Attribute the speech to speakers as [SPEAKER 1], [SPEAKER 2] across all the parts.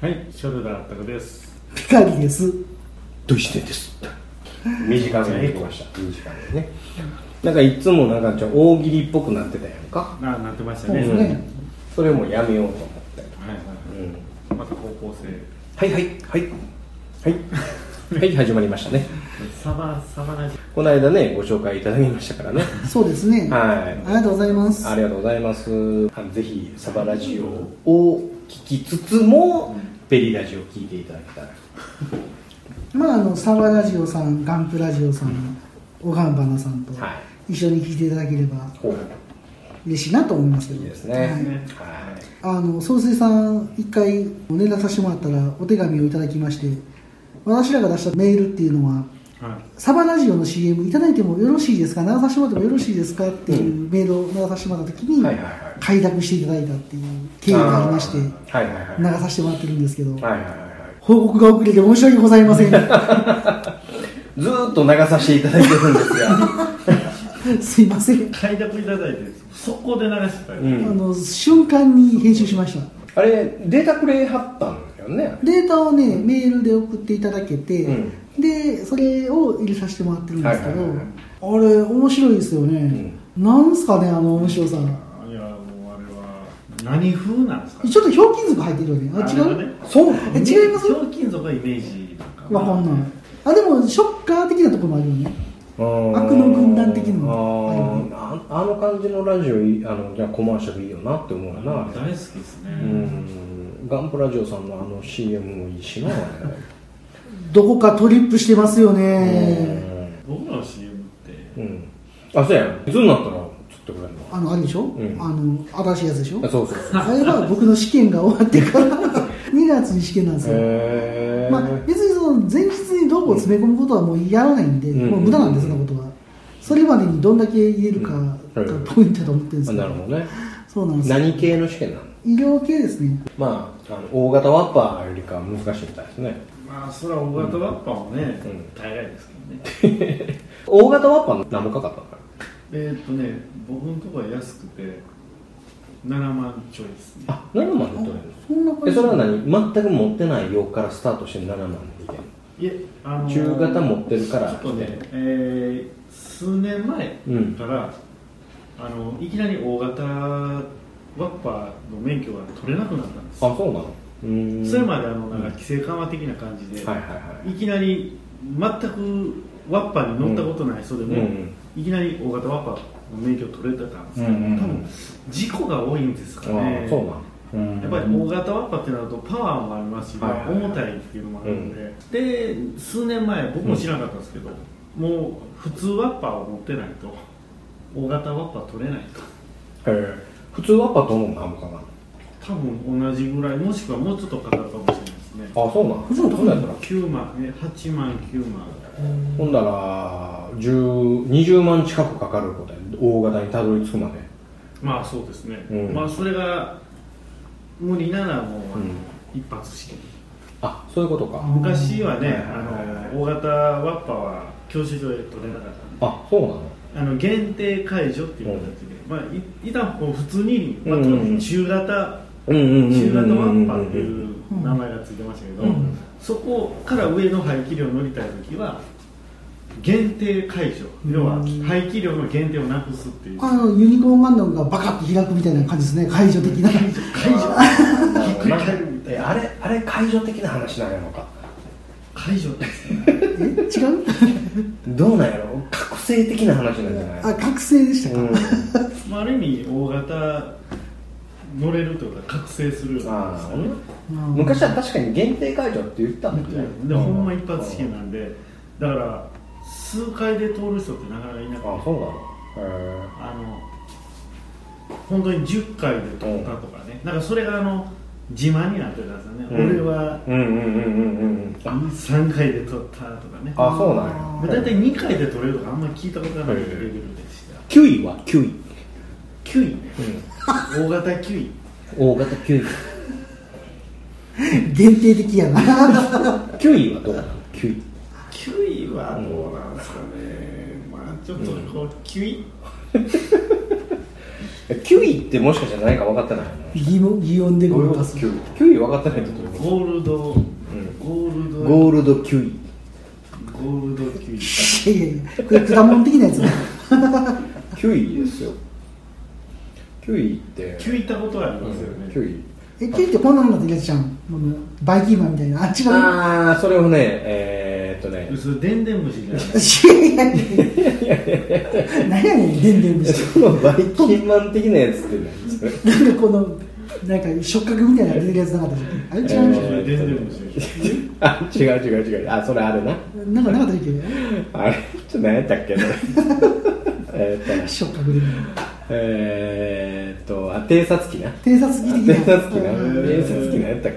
[SPEAKER 1] はい、ショルダーたくです。
[SPEAKER 2] ピカリです
[SPEAKER 3] どうしてです短めに行きました短めにねなんかいつもなんかちょっと大喜利っぽくなってたやんか
[SPEAKER 1] あ、なってました
[SPEAKER 2] そう
[SPEAKER 1] ね。
[SPEAKER 2] で
[SPEAKER 1] は
[SPEAKER 2] す
[SPEAKER 1] い
[SPEAKER 2] ね
[SPEAKER 3] それもやめようと思って、
[SPEAKER 1] はいは
[SPEAKER 3] うん、
[SPEAKER 1] い。また高校生。
[SPEAKER 3] はいはいはい はいはい始まりましたね
[SPEAKER 1] サバサバなじ。
[SPEAKER 3] この間ねご紹介いただきましたからね
[SPEAKER 2] そうですね
[SPEAKER 3] はい
[SPEAKER 2] ありがとうございます
[SPEAKER 3] ありがとうございます。ぜひ、サバラジオを聞きつつも、ペリラジオを聞いていただけたら。
[SPEAKER 2] まああのサワラジオさんガンプラジオさんおがんばなさんと
[SPEAKER 3] は
[SPEAKER 2] 一緒に聞いていただければ
[SPEAKER 3] ほう。
[SPEAKER 2] 嬉しいなと思いますけど
[SPEAKER 3] いいですね。
[SPEAKER 2] はい
[SPEAKER 3] は
[SPEAKER 2] あの総帥さん一回お連絡させてもらったらお手紙をいただきまして私らが出したメールっていうのは
[SPEAKER 1] は
[SPEAKER 2] サバラジオの CM いただいてもよろしいですか流させてもらってもよろしいですかっていうメールを流させてもらった時に、
[SPEAKER 3] はいはいはい
[SPEAKER 2] 快諾していただいたっていう
[SPEAKER 3] い。
[SPEAKER 2] 経緯がありまして
[SPEAKER 3] ーはいはいはい。
[SPEAKER 2] 流
[SPEAKER 3] はい
[SPEAKER 2] させてもらってるんですけど、
[SPEAKER 3] はいはい。
[SPEAKER 2] 報告が遅れて申し訳ございません
[SPEAKER 3] ずーっと流させていただいてるんですが、
[SPEAKER 2] すいません
[SPEAKER 1] い。快諾いただいて、そこで流してたよ。
[SPEAKER 3] う
[SPEAKER 2] あ
[SPEAKER 3] ん、
[SPEAKER 2] の瞬間に編集しました
[SPEAKER 3] あれ、データくれはったんだよね。
[SPEAKER 2] データをねメールで送っていただけて、
[SPEAKER 3] うん
[SPEAKER 2] でそれを入れさせてもらってるんですけど、
[SPEAKER 3] はいはいはい
[SPEAKER 2] あれ面白いですよね、なんすかねあの面白さ
[SPEAKER 1] いや、もうあれは何風なんですか。
[SPEAKER 2] ちょっとひょうきん族入ってるよねあ違
[SPEAKER 1] れは
[SPEAKER 2] う
[SPEAKER 1] ね
[SPEAKER 3] そうな
[SPEAKER 2] え
[SPEAKER 3] の
[SPEAKER 2] 違います
[SPEAKER 1] 表金属がイメージなんか
[SPEAKER 2] わかんないあでもショッカー的なところもあるよね
[SPEAKER 3] うん
[SPEAKER 2] 悪の軍団的なの
[SPEAKER 3] あーああの感じのラジオいいあのじゃあコマーシャルいいよなって思うよなあ
[SPEAKER 1] 大
[SPEAKER 3] れ
[SPEAKER 1] 好きですね。
[SPEAKER 3] うんガンプラジオさんのあの CM もいいしな、あ
[SPEAKER 2] どこかトリップしてますよ
[SPEAKER 3] れ
[SPEAKER 2] ね
[SPEAKER 1] 僕らの CM って
[SPEAKER 3] うん。あ、そうやん。いつになったら釣ってくれるの
[SPEAKER 2] あのあれでしょ、
[SPEAKER 3] ん
[SPEAKER 2] あの新しいやつでしょ
[SPEAKER 3] あそうそうそう。
[SPEAKER 2] あれは僕の試験が終わってから 2月に試験なんですよ、
[SPEAKER 3] へ
[SPEAKER 2] まあ、別にその前日にどうこう詰め込むことはもうやらないんで、
[SPEAKER 3] うん
[SPEAKER 2] もう無駄なんです、そんなことはそれまでにどんだけ言えるかが
[SPEAKER 3] うんはい
[SPEAKER 2] ポイントだと思ってるんです
[SPEAKER 3] あ
[SPEAKER 2] け
[SPEAKER 3] なるほどね。
[SPEAKER 2] そうなんですよ
[SPEAKER 3] 何系の試験なの
[SPEAKER 2] 医療系ですね
[SPEAKER 3] まあ、あの大型ワッパーよりかは難しいみたいですね。
[SPEAKER 1] まあそれは大型バッパーもね
[SPEAKER 3] うん
[SPEAKER 1] 大概ですけどね
[SPEAKER 3] 大型ワッパーの何もかかったのか
[SPEAKER 1] えーっとね僕のとこは安くて7万ちょいですね
[SPEAKER 3] なあ、7万で取れる
[SPEAKER 2] そんな
[SPEAKER 3] のえ、それは
[SPEAKER 2] 感
[SPEAKER 3] 何全く持ってない用からスタートして7万でいける
[SPEAKER 1] いえ、あのー
[SPEAKER 3] 中型持ってるから
[SPEAKER 1] ちょっとね、えー数年前
[SPEAKER 3] うん
[SPEAKER 1] から、あのいきなり大型ワッパーの免許が取れなくなったんですよ
[SPEAKER 3] あ、そうなのうーん。
[SPEAKER 1] それまであのなんか規制緩和的な感じで、
[SPEAKER 3] はいはいはい。
[SPEAKER 1] いきなり全くワッパーに乗ったことない人でも、
[SPEAKER 3] うんうん
[SPEAKER 1] いきなり大型ワッパーの免許取れてたんですけど、
[SPEAKER 3] うんうんうん
[SPEAKER 1] 多分事故が多いんですか
[SPEAKER 3] あ
[SPEAKER 1] ね
[SPEAKER 3] あ、そうなのうん
[SPEAKER 1] やっぱり大型ワッパってなるとパワーもありますし、
[SPEAKER 3] はいはいはい
[SPEAKER 1] 重たいっていうのもあるんで、で数年前僕も知らなかったんですけど、もう普通ワッパーを持ってないと大型ワッパー取れないと
[SPEAKER 3] へえ普通ワッパーと思うの何もかかんない
[SPEAKER 1] 多分同じぐらいもしくはもうちょっとかかるかもしれないですね
[SPEAKER 3] あそうなん普通のとこだったら
[SPEAKER 1] 9万ね8万9万
[SPEAKER 3] ほんだら10 20万近くかかることや大型にたどり着くまで
[SPEAKER 1] まあそうですね、
[SPEAKER 3] うん
[SPEAKER 1] まあそれが無理ならもう、あの
[SPEAKER 3] うん
[SPEAKER 1] 一発試験
[SPEAKER 3] あそういうことか
[SPEAKER 1] 昔はね、
[SPEAKER 3] はいはいはいはい
[SPEAKER 1] あの大型ワッパーは教習所で取れなかったんで
[SPEAKER 3] あそうなの
[SPEAKER 1] あの限定解除っていう形で、まあ、いいたんこう普通に、まあ、
[SPEAKER 3] うんうんうん
[SPEAKER 1] 中型、
[SPEAKER 3] うんうんうん
[SPEAKER 1] 中型ワッパーって
[SPEAKER 3] う
[SPEAKER 1] いう名前がついてましたけど、
[SPEAKER 2] うんうん
[SPEAKER 1] そこから上の排気量乗りたい時は限定解除要は排気量の限定をなくすっていう
[SPEAKER 2] じあのユニコーンガンダムがバカって開くみたいな感 じですね解除的な
[SPEAKER 1] 解除ひっくり返るみたい
[SPEAKER 3] え
[SPEAKER 1] な
[SPEAKER 3] あれあれ会場的な話なんやろか
[SPEAKER 1] 解除ですね
[SPEAKER 2] え違う
[SPEAKER 3] どうなんやろ覚醒的な話なんじゃない
[SPEAKER 2] あ覚醒でしたか、
[SPEAKER 3] うん
[SPEAKER 1] まあ、ある意味大型乗れるというか覚醒するようなんです
[SPEAKER 3] あ
[SPEAKER 1] よね
[SPEAKER 2] あー
[SPEAKER 3] 昔は確かに限定会場って言ったもんね
[SPEAKER 1] でほんま一発試験なんでだから数回で通る人ってなかなかいなくて
[SPEAKER 3] あそうなのへ
[SPEAKER 1] あの本当に10回で通ったとかね、なんかそれがあの自慢になってたんですよね、
[SPEAKER 3] うん
[SPEAKER 1] 俺は
[SPEAKER 3] えうんうんうんうんうんうん
[SPEAKER 1] 3回で通ったとかね
[SPEAKER 3] あそうなん
[SPEAKER 1] まあ
[SPEAKER 3] や
[SPEAKER 1] 大体2回で取れるとかあんまり聞いたことがないレベルでした
[SPEAKER 3] 9位は9位
[SPEAKER 1] 9位ね、大型9位
[SPEAKER 3] 大型9位
[SPEAKER 2] 限定的やな
[SPEAKER 3] 9位はどうなの9位
[SPEAKER 1] 9位はどうなんですかね、まあちょっとこう9位、
[SPEAKER 3] 9位ってもしかしたら何か分かってないの
[SPEAKER 2] 擬音擬音で
[SPEAKER 3] ど
[SPEAKER 2] ご
[SPEAKER 3] ういう
[SPEAKER 2] ま
[SPEAKER 3] こ
[SPEAKER 2] か
[SPEAKER 3] と
[SPEAKER 2] す
[SPEAKER 3] 9位9位分かってないってどういうこ
[SPEAKER 1] ゴールドゴール
[SPEAKER 3] と
[SPEAKER 1] ド
[SPEAKER 3] ゴールド9位
[SPEAKER 1] ゴールドキウイ
[SPEAKER 2] いやいやいやこれ果物的なやつ
[SPEAKER 3] 9位ですよ9位って
[SPEAKER 1] キウイ行ったことはありますよね、
[SPEAKER 3] 9位
[SPEAKER 2] えキュウってこんなのってやつじゃんもうバイキンマンみたいなあ違う
[SPEAKER 3] ああそれをねえー、っとね
[SPEAKER 1] それでんでん虫じゃ ない
[SPEAKER 2] いやいやいや 何やねんでんでん虫
[SPEAKER 3] そのバイキンマン的なやつって何それ
[SPEAKER 2] なんかこのなんか触覚みたいなの出てるやつなかったじゃんあれ違う
[SPEAKER 1] そ
[SPEAKER 2] じ
[SPEAKER 1] れでんでん虫でし
[SPEAKER 3] あ違う違う違うあそれあれな
[SPEAKER 2] ゃんなんかなかったっけ
[SPEAKER 3] あれちょっと何やったっけな えーっとね
[SPEAKER 2] 触覚で
[SPEAKER 3] えー、っとあ偵察機な
[SPEAKER 2] 偵察機
[SPEAKER 3] 偵
[SPEAKER 2] 的な
[SPEAKER 3] 察機な偵察機なやったっ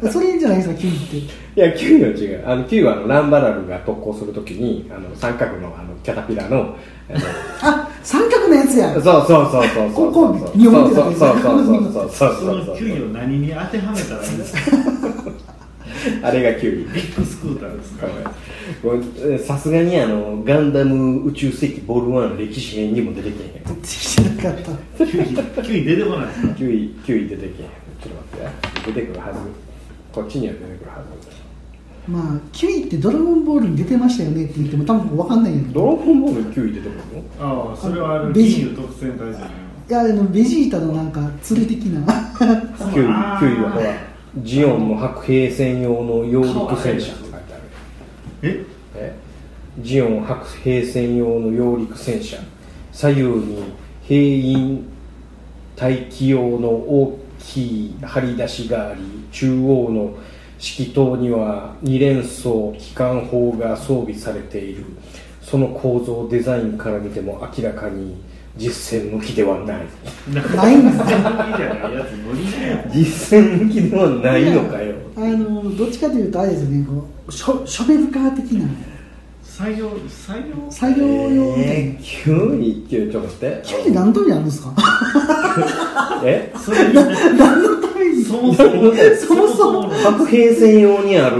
[SPEAKER 3] け
[SPEAKER 2] うんそれじゃないですかキュウって
[SPEAKER 3] いや9位は違うあの9位はあのランバラルが特攻するときにあの三角のあのキャタピラのあの
[SPEAKER 2] あ三角のやつや
[SPEAKER 3] そうそうそうそうそう
[SPEAKER 2] ここ日本でだけ
[SPEAKER 3] そうそうそうそうそ
[SPEAKER 1] ょ
[SPEAKER 3] う
[SPEAKER 1] そ
[SPEAKER 3] そうそ
[SPEAKER 1] の
[SPEAKER 3] う
[SPEAKER 1] キウイを何に当てはめたらいいんですか
[SPEAKER 3] あれが9
[SPEAKER 1] ビッグスクーターですか
[SPEAKER 3] 位さすがにあのガンダム宇宙世紀ボールワンの歴史編にも出てけへん
[SPEAKER 2] してなかった
[SPEAKER 1] キウイキウイ出てこないですか
[SPEAKER 3] 9位9位出てけへんちょっと待ってや出てくるはずこっちには出てくるはず
[SPEAKER 2] まあキュウイってドラゴンボールに出てましたよねって言っても多分分かんないんやけ
[SPEAKER 3] ド
[SPEAKER 2] ど
[SPEAKER 3] ラゴンボール9位出てくるの
[SPEAKER 1] ああそれはあの
[SPEAKER 2] ベジ
[SPEAKER 1] 金融特選大臣
[SPEAKER 2] いやあのベジータのなんか連れ的な
[SPEAKER 3] 9位9位はほらジオンの白兵戦用の揚陸戦車って書いてある
[SPEAKER 1] え
[SPEAKER 3] えジオン白兵戦用の揚陸戦車左右に兵員待機用の大きい張り出しがあり中央の指揮塔には二連装機関砲が装備されているその構造デザインから見ても明らかに実戦向きではない
[SPEAKER 2] ないんで
[SPEAKER 1] 全然
[SPEAKER 2] す
[SPEAKER 1] 好きじゃないやつ乗りなよ
[SPEAKER 3] 実戦向きではないのかよ
[SPEAKER 2] あのどっちかというとあれですよねこうショショベルカー的な
[SPEAKER 1] 採用採用
[SPEAKER 2] 作業用みたい
[SPEAKER 3] え
[SPEAKER 2] な
[SPEAKER 3] ー、急に急にちょっと待って
[SPEAKER 2] キュウイって何のためにあるんですか
[SPEAKER 3] え
[SPEAKER 1] それに
[SPEAKER 2] 何のために
[SPEAKER 1] そもそも
[SPEAKER 2] そもそも
[SPEAKER 3] 白兵専用にある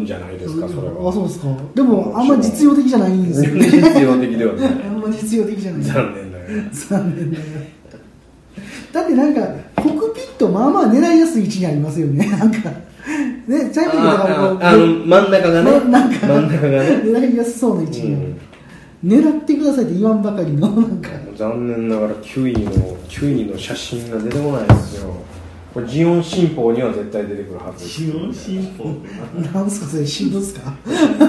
[SPEAKER 3] んじゃないですかそれは
[SPEAKER 2] あそうですかでもあんま実用的じゃないんです よね
[SPEAKER 3] 実用的ではな
[SPEAKER 2] あんま実用的じゃない
[SPEAKER 3] い残念ながら
[SPEAKER 2] 残念だよだってなんかコックピットまあまあ狙いやすい位置にありますよねなんかねチャイムとか
[SPEAKER 3] あああの真ん中がね
[SPEAKER 2] 真ん中
[SPEAKER 3] 真ん中がね
[SPEAKER 2] 狙いやすそうな位置にある、狙ってくださいって言わんばかりのなんか
[SPEAKER 3] 残念ながら9位の9位の写真が出てこないですよこれジオン新報には絶対出てくるはず
[SPEAKER 1] 資本進歩ってな
[SPEAKER 2] なんすかそれ新聞っすか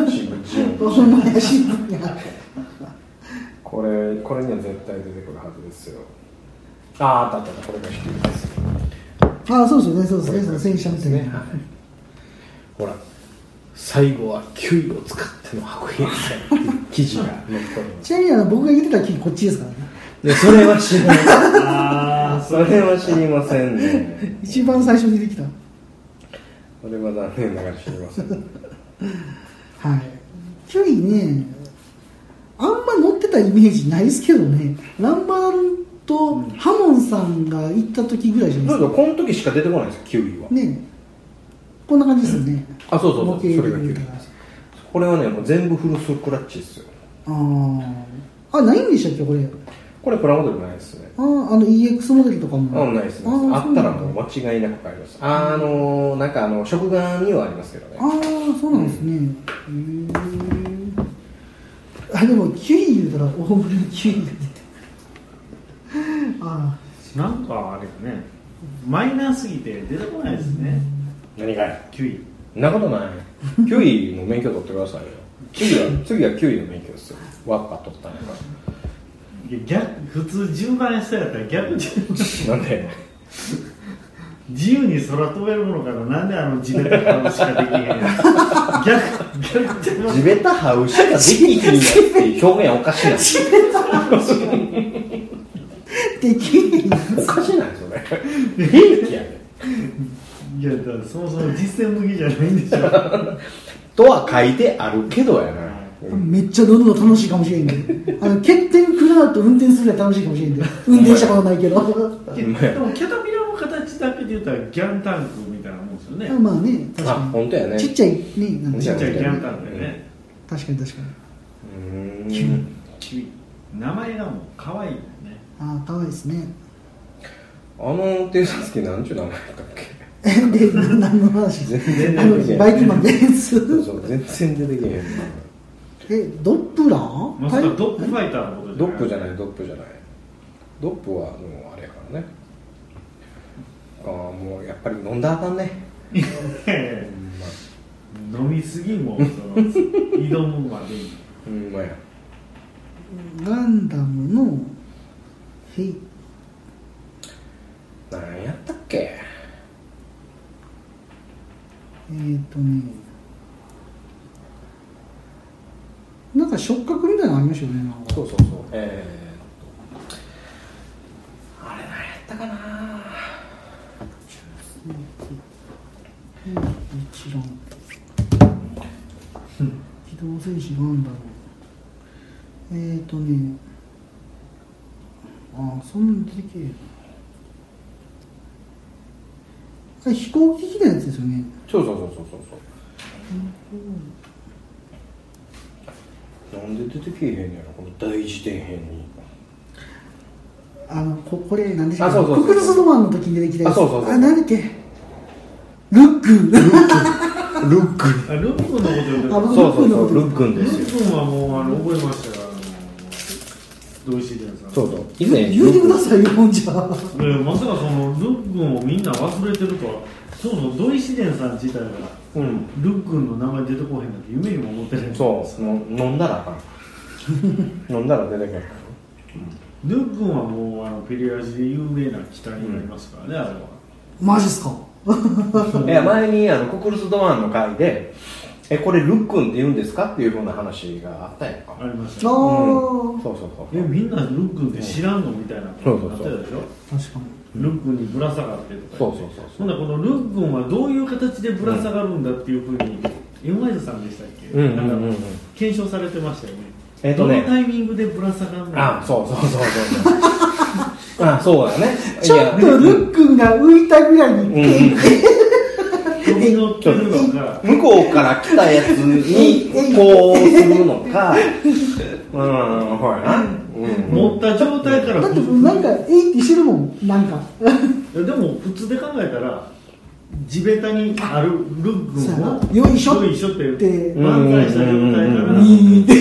[SPEAKER 3] ジ オン
[SPEAKER 2] ほんまや新聞や
[SPEAKER 3] これこれには絶対出てくるはずですよあああったあったあったこれが低いです
[SPEAKER 2] あそうですよねそうですねその戦車みたいな、
[SPEAKER 3] はいほら最後は9位を使っての白兵戦っていう記事が載っております
[SPEAKER 2] ちなみにあの僕が言ってた木こっちですからね
[SPEAKER 3] でそれは知りません
[SPEAKER 1] ああ
[SPEAKER 3] それは知りませんね
[SPEAKER 2] 一番最初に出てきた
[SPEAKER 3] それは残念ながら知りません
[SPEAKER 2] はい距離ねあんま乗ってたイメージないですけどねランバルとハモンさんが行った時ぐらいじゃない
[SPEAKER 3] ど
[SPEAKER 2] で
[SPEAKER 3] うぞこの時しか出てこないです9位は
[SPEAKER 2] すかねこんな感じですよね
[SPEAKER 3] あそうそうそうそ
[SPEAKER 2] 模
[SPEAKER 3] れ
[SPEAKER 2] 型
[SPEAKER 3] が
[SPEAKER 2] で言
[SPEAKER 3] 9位
[SPEAKER 2] うたら
[SPEAKER 3] ですこれはねもう全部フルスクラッチですよ
[SPEAKER 2] あーあないんでしたっけこれ
[SPEAKER 3] これプラモデルないですね
[SPEAKER 2] あーあの EX モデルとかも
[SPEAKER 3] あないですね
[SPEAKER 2] ー
[SPEAKER 3] あったら
[SPEAKER 2] そう
[SPEAKER 3] も
[SPEAKER 2] なんだ
[SPEAKER 3] う間違いなく買いますあのなんかあの食玩にはありますけどね
[SPEAKER 2] ああそうなんですね、へえあでもキュイ言うたら大ぶりのキュイが出てあ
[SPEAKER 1] なんかあれだねマイナーすぎて出てこないですね
[SPEAKER 3] 何がや
[SPEAKER 1] キウイ
[SPEAKER 3] そんなことない9位の免許取ってくださいよ次は次は9位の免許ですよワッパ取ったんやか
[SPEAKER 1] いや逆普通順番下やったら逆じゃん
[SPEAKER 3] らなんで
[SPEAKER 1] 自由に空飛べるものからなんであの地べたからしかできへんやん 逆逆じゃん
[SPEAKER 3] 地べたハウしかできひんやっていう表現おかしいな
[SPEAKER 2] あできへん
[SPEAKER 3] おかしいないそれ兵器やね
[SPEAKER 1] いやだからそもそも実践向きじゃないんでしょは
[SPEAKER 3] とは書いてあるけどやな、
[SPEAKER 2] めっちゃ乗るの楽しいかもしれんけどあの欠点食らうと運転するのは楽しいかもしれんけど運転したことないけど
[SPEAKER 1] いでもキャタピラの形だけで言ったらギャンタンクみたいなもんですよね
[SPEAKER 2] まあね確
[SPEAKER 3] あ
[SPEAKER 2] か
[SPEAKER 3] 本当やね
[SPEAKER 2] にちっちゃいねなんか
[SPEAKER 1] ち
[SPEAKER 3] ち
[SPEAKER 1] っ
[SPEAKER 3] っ
[SPEAKER 1] ち
[SPEAKER 3] ち
[SPEAKER 1] ゃ
[SPEAKER 3] ゃ
[SPEAKER 1] い
[SPEAKER 3] い
[SPEAKER 1] ギャンタンクでね
[SPEAKER 2] 確かに確かに
[SPEAKER 3] うーん
[SPEAKER 1] キウイ名前がもう可愛いよね
[SPEAKER 2] ああ可愛いですね
[SPEAKER 3] あの偵察機なんちゅう名前だったっけ
[SPEAKER 2] えでな何の話
[SPEAKER 3] 全然
[SPEAKER 2] あ
[SPEAKER 3] 出てけ
[SPEAKER 2] の
[SPEAKER 3] へん
[SPEAKER 2] バイキンマンです
[SPEAKER 3] そうそう全然出てけへん
[SPEAKER 2] えドップラー
[SPEAKER 1] まさか
[SPEAKER 2] タイ
[SPEAKER 1] ドップファイターのこと
[SPEAKER 3] ドップじゃないいドップじゃないドップはもうあれやからねああもうやっぱり飲んだらあかんね
[SPEAKER 1] え
[SPEAKER 3] ほ
[SPEAKER 1] え
[SPEAKER 3] んま
[SPEAKER 1] 飲みすぎもその 挑むまでに
[SPEAKER 3] ほんまや
[SPEAKER 2] ガンダムのへい
[SPEAKER 3] 何やったっけ
[SPEAKER 2] えっ、ー、とねなんか触覚みたいなのありましたよねなんか
[SPEAKER 3] そうそうそうえー、あれ何やったかな
[SPEAKER 2] 一覧機動戦士ガンダムえー、とねああそんなに出てけえなあれ飛行機機のやつですよね
[SPEAKER 3] そうそうそうそうそうそうなんで出てけえへんのやろこの大事典編に
[SPEAKER 2] あのここれ何でした
[SPEAKER 3] あそうそうそう
[SPEAKER 2] ククルス・ドマンの時に出てきたやつ
[SPEAKER 3] あそうそうそう
[SPEAKER 2] あ何だっけルックン
[SPEAKER 3] ルック
[SPEAKER 1] あルックのこと言う
[SPEAKER 2] あ
[SPEAKER 1] と
[SPEAKER 2] 僕
[SPEAKER 3] そうそうそうルックン
[SPEAKER 1] ル
[SPEAKER 3] ですよ
[SPEAKER 1] ックンはもうあの覚えましたよあの同志伝さん
[SPEAKER 3] そうそう以前
[SPEAKER 2] 言うてくださいよほんじゃ
[SPEAKER 1] いやまさかそのルックンをみんな忘れてるとはそうそう土井紫伝さん自体が
[SPEAKER 3] うん
[SPEAKER 1] ルックンの名前出てこへんなんて夢にも思ってない
[SPEAKER 3] そうの飲んだらあかん飲んだら出てけへん
[SPEAKER 1] ルックンはもうあのペリアジで有名な機体になりますからね、あれは
[SPEAKER 2] マジっすか
[SPEAKER 3] いや前にあのコクルス・ドアンの回で「えこれルックンって言うんですか?」っていうふうな話があったやんか
[SPEAKER 1] ありまし
[SPEAKER 2] あ
[SPEAKER 1] た
[SPEAKER 2] あ、
[SPEAKER 1] ね
[SPEAKER 3] うんそうそうそう
[SPEAKER 1] えみんなルックンって知らんのみたいなことになってたでしょ
[SPEAKER 2] 確かに
[SPEAKER 1] ルックンにぶら下がってとか
[SPEAKER 3] そ
[SPEAKER 1] 言
[SPEAKER 3] う
[SPEAKER 1] って
[SPEAKER 3] そ
[SPEAKER 1] ほ
[SPEAKER 3] うそう
[SPEAKER 1] んならこのルックンはどういう形でぶら下がるんだっていうふうに、エムワイズさんでしたっけ、
[SPEAKER 3] うんうんうんうん
[SPEAKER 1] なんか検証されてましたよね
[SPEAKER 3] えっとね
[SPEAKER 1] どのタイミングでぶら下がるの
[SPEAKER 3] あそうそうそうそう あそうだね
[SPEAKER 2] ちょっとルックンが浮いたぐらいに
[SPEAKER 3] いやうんうん
[SPEAKER 1] 飛び乗ってるのか
[SPEAKER 3] 向こうから来たやつにこうするのかうんほらな、うん、
[SPEAKER 1] 持った状態から
[SPEAKER 2] だって
[SPEAKER 1] い
[SPEAKER 2] なんかえいってしてるもんなんか
[SPEAKER 1] やでも普通で考えたら地べたにあるルッ
[SPEAKER 2] そうや
[SPEAKER 1] クンを
[SPEAKER 2] なよいしょ
[SPEAKER 1] よいしょって
[SPEAKER 2] って
[SPEAKER 1] 万歳した状態か
[SPEAKER 3] うん
[SPEAKER 1] ら
[SPEAKER 3] うんうん
[SPEAKER 2] うん
[SPEAKER 1] ちょ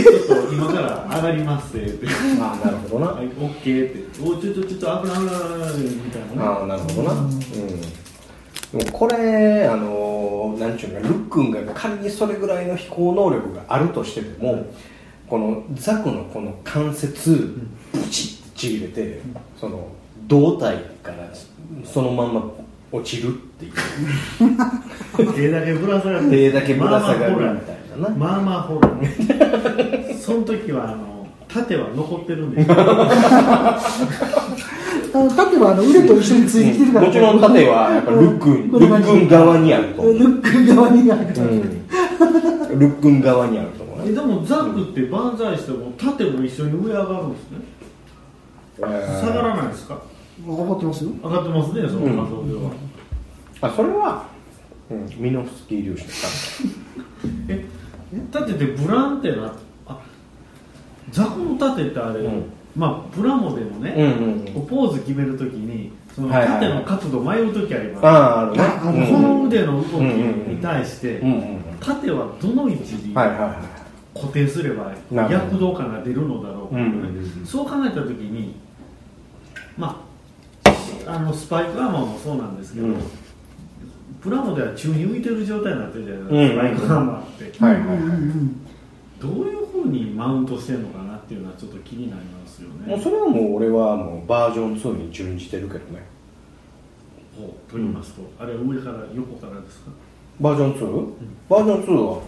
[SPEAKER 1] っと今から上がりますってって
[SPEAKER 3] あなるほどな
[SPEAKER 1] はい、オッケーって、おちょちょちょっと危ない危ない危ないみたいなね。
[SPEAKER 3] ああなるほどなうんでもこれあのーなんちゅうかルックンが仮にそれぐらいの飛行能力があるとしても、このザクのこの関節ブチッちぎれて、その胴体からそのまんま落ちるっていう
[SPEAKER 1] 手だけぶら下がって、
[SPEAKER 3] 手だけぶら下がるみたいなな
[SPEAKER 1] まあまあほら、まあまあほら、その時はあの盾は残ってるんですよ。
[SPEAKER 2] あの盾はあの腕と一緒についてきてるから、
[SPEAKER 3] もちろん盾はやっぱルックン
[SPEAKER 2] こ
[SPEAKER 3] ル
[SPEAKER 2] んな
[SPEAKER 3] ッ
[SPEAKER 2] 感じ
[SPEAKER 3] クン側にあると思う、
[SPEAKER 2] ルックン側にある
[SPEAKER 3] うんルックン側にあると思う
[SPEAKER 1] え
[SPEAKER 3] ね
[SPEAKER 1] でもザクって万歳しても盾も一緒に上上がるんですね。下がらないですか？
[SPEAKER 2] 分かってますよ
[SPEAKER 1] 上がってますね、その
[SPEAKER 3] うん
[SPEAKER 1] 仮想では。
[SPEAKER 3] あそれは、うん、ミノフスキー粒子の関
[SPEAKER 1] え、盾ってブランってな、あ、ザクの盾ってあれ、
[SPEAKER 3] うん
[SPEAKER 1] まあプラモでもね。
[SPEAKER 3] 係うんうんうん
[SPEAKER 1] こうポーズ決めるときにその
[SPEAKER 3] はいはいはい
[SPEAKER 1] 縦の角度迷うときあります、
[SPEAKER 3] ああ
[SPEAKER 2] あ
[SPEAKER 3] あ
[SPEAKER 2] あ
[SPEAKER 3] るね
[SPEAKER 2] の
[SPEAKER 1] こ
[SPEAKER 3] うん
[SPEAKER 1] の腕の動きに対して、
[SPEAKER 3] うんうん
[SPEAKER 1] 縦はどの位置に
[SPEAKER 3] はい
[SPEAKER 1] 固
[SPEAKER 3] はいは
[SPEAKER 1] 定すれば
[SPEAKER 3] なるほど
[SPEAKER 1] 躍動感が出るのだろうか、
[SPEAKER 3] うんうんうん
[SPEAKER 1] そう考えたときにまああのスパイクアーマーもそうなんですけど、
[SPEAKER 3] うん
[SPEAKER 1] プラモでは宙に浮いてる状態になってるじゃない
[SPEAKER 3] うんうん
[SPEAKER 1] ですか、スパイクアーマーって、
[SPEAKER 3] いはいはい
[SPEAKER 2] うんうん
[SPEAKER 1] どういうふうにマウントしてるのかなっていうのはちょっと気になりますよ
[SPEAKER 3] いもう
[SPEAKER 1] ね
[SPEAKER 3] それはもう俺はもうバージョン2に準じてるけどね
[SPEAKER 1] ほうと言いますと、あれは上から横からですか
[SPEAKER 3] バージョン 2?、バージョン2はこ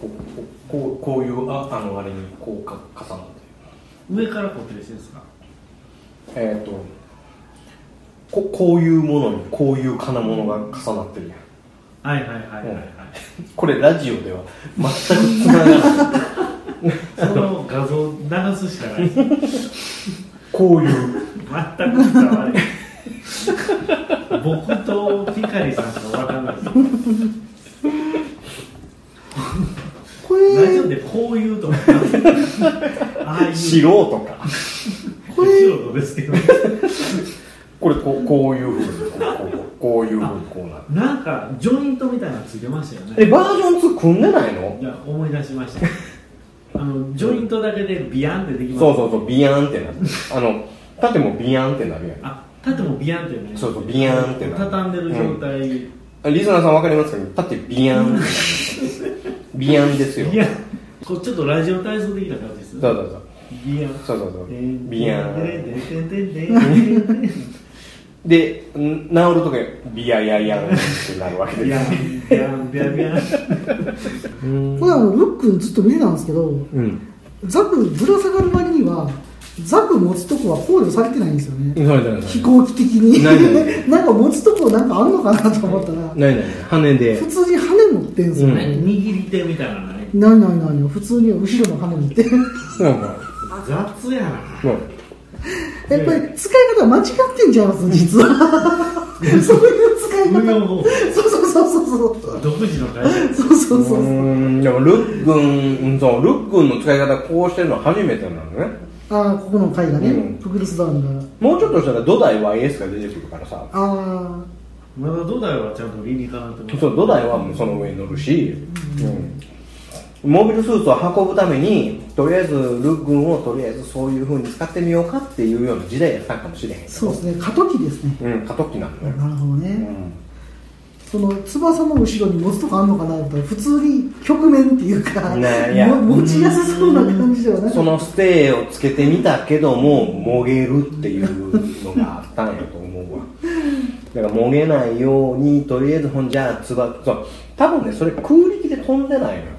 [SPEAKER 3] うこうこういうああのあれにこうか重なって
[SPEAKER 1] 上から固定してるんですか
[SPEAKER 3] えっ、とここういうものにこういう金物が重なってるやん
[SPEAKER 1] はいはいはいはいはい、
[SPEAKER 3] これラジオでは全くつながらない
[SPEAKER 1] その画像流すしかないです全く
[SPEAKER 3] こういう
[SPEAKER 1] 伝われない僕とピカリさんしか分かんないです
[SPEAKER 2] こ
[SPEAKER 1] ラジオ
[SPEAKER 2] れ
[SPEAKER 1] でこう言うと思いますああいう
[SPEAKER 3] 素人か
[SPEAKER 1] 素
[SPEAKER 2] これ
[SPEAKER 1] 人ですけど
[SPEAKER 3] こういうこうな
[SPEAKER 1] なんかジョイントみたいなのついてましたよ
[SPEAKER 3] え
[SPEAKER 1] ね
[SPEAKER 3] バージョン2組んでないの
[SPEAKER 1] いや思い出しましたあのジョイントだけでビヤンってできます
[SPEAKER 3] そうそうそうビヤーンってなるあの縦もビヤーンってなるやん
[SPEAKER 1] あ縦もビヤンってね
[SPEAKER 3] そうそうビヤンってなる
[SPEAKER 1] 畳んでる状態、
[SPEAKER 3] あリスナーさんわかりますか縦ビヤーンビヤーンですよ
[SPEAKER 1] ビヤンこうちょっとラジオ体操的な感じです
[SPEAKER 3] そうそうそう
[SPEAKER 1] ビヤン
[SPEAKER 3] そうそうそう
[SPEAKER 1] でん
[SPEAKER 3] ビヤ
[SPEAKER 1] でん
[SPEAKER 3] ーン
[SPEAKER 1] でんでんでんでんでんでん
[SPEAKER 3] でん治るとけビヤヤヤンってなるわけです
[SPEAKER 1] ビヤンビヤンビヤンビヤン
[SPEAKER 3] うん
[SPEAKER 2] これあのルックンずっと見てたんですけど
[SPEAKER 3] うん
[SPEAKER 2] ザクぶら下がる割にはザク持つとこは考慮されてないんですよね
[SPEAKER 3] そうだね
[SPEAKER 2] 飛行機的に
[SPEAKER 3] ないな い
[SPEAKER 2] なんか持つとこなんかあるのかなと思ったら
[SPEAKER 3] ないない羽で
[SPEAKER 2] 普通に羽持ってんすよね、
[SPEAKER 1] 握り手みたいなのない
[SPEAKER 2] ないないないない普通に後ろの羽持って
[SPEAKER 3] なんか
[SPEAKER 1] 雑やな
[SPEAKER 3] まあ
[SPEAKER 2] やっぱり使い方間違ってんじゃいます実はそういう使
[SPEAKER 1] 運
[SPEAKER 2] い方
[SPEAKER 1] 用方法
[SPEAKER 2] そうそうそうそうそう
[SPEAKER 1] 独自の会社
[SPEAKER 2] そうそうそうう
[SPEAKER 3] ーんでもルックンうんそうルックンの使い方こうしてるの初めてなのね
[SPEAKER 2] ああここの回がね、
[SPEAKER 3] うん
[SPEAKER 2] プクリスダウンが
[SPEAKER 3] もうちょっとしたら土台 YS が出てくるからさ
[SPEAKER 2] あ
[SPEAKER 1] まだ土台はちゃんと理にかなってます
[SPEAKER 3] そう土台はもうその上に乗るし、うんモービルスーツを運ぶためにとりあえずルックンをとりあえずそういうふうに使ってみようかっていうような時代やったんかもしれへんけ
[SPEAKER 2] あ
[SPEAKER 3] ど
[SPEAKER 2] そうですね過渡期ですね
[SPEAKER 3] うん過渡期なのね
[SPEAKER 2] なるほど
[SPEAKER 3] う
[SPEAKER 2] ね、
[SPEAKER 3] ん
[SPEAKER 2] その翼の後ろに持つとかあんのかなと思ったら普通に局面っていうか、
[SPEAKER 3] ねいや
[SPEAKER 2] も持ちやすそうな感じではな
[SPEAKER 3] そ
[SPEAKER 2] く
[SPEAKER 3] のステイをつけてみたけどももげるっていうのがあったんやと思うわだからもげないようにとりあえずほんじゃあつばそう多分ねそれ空力で飛んでないのよ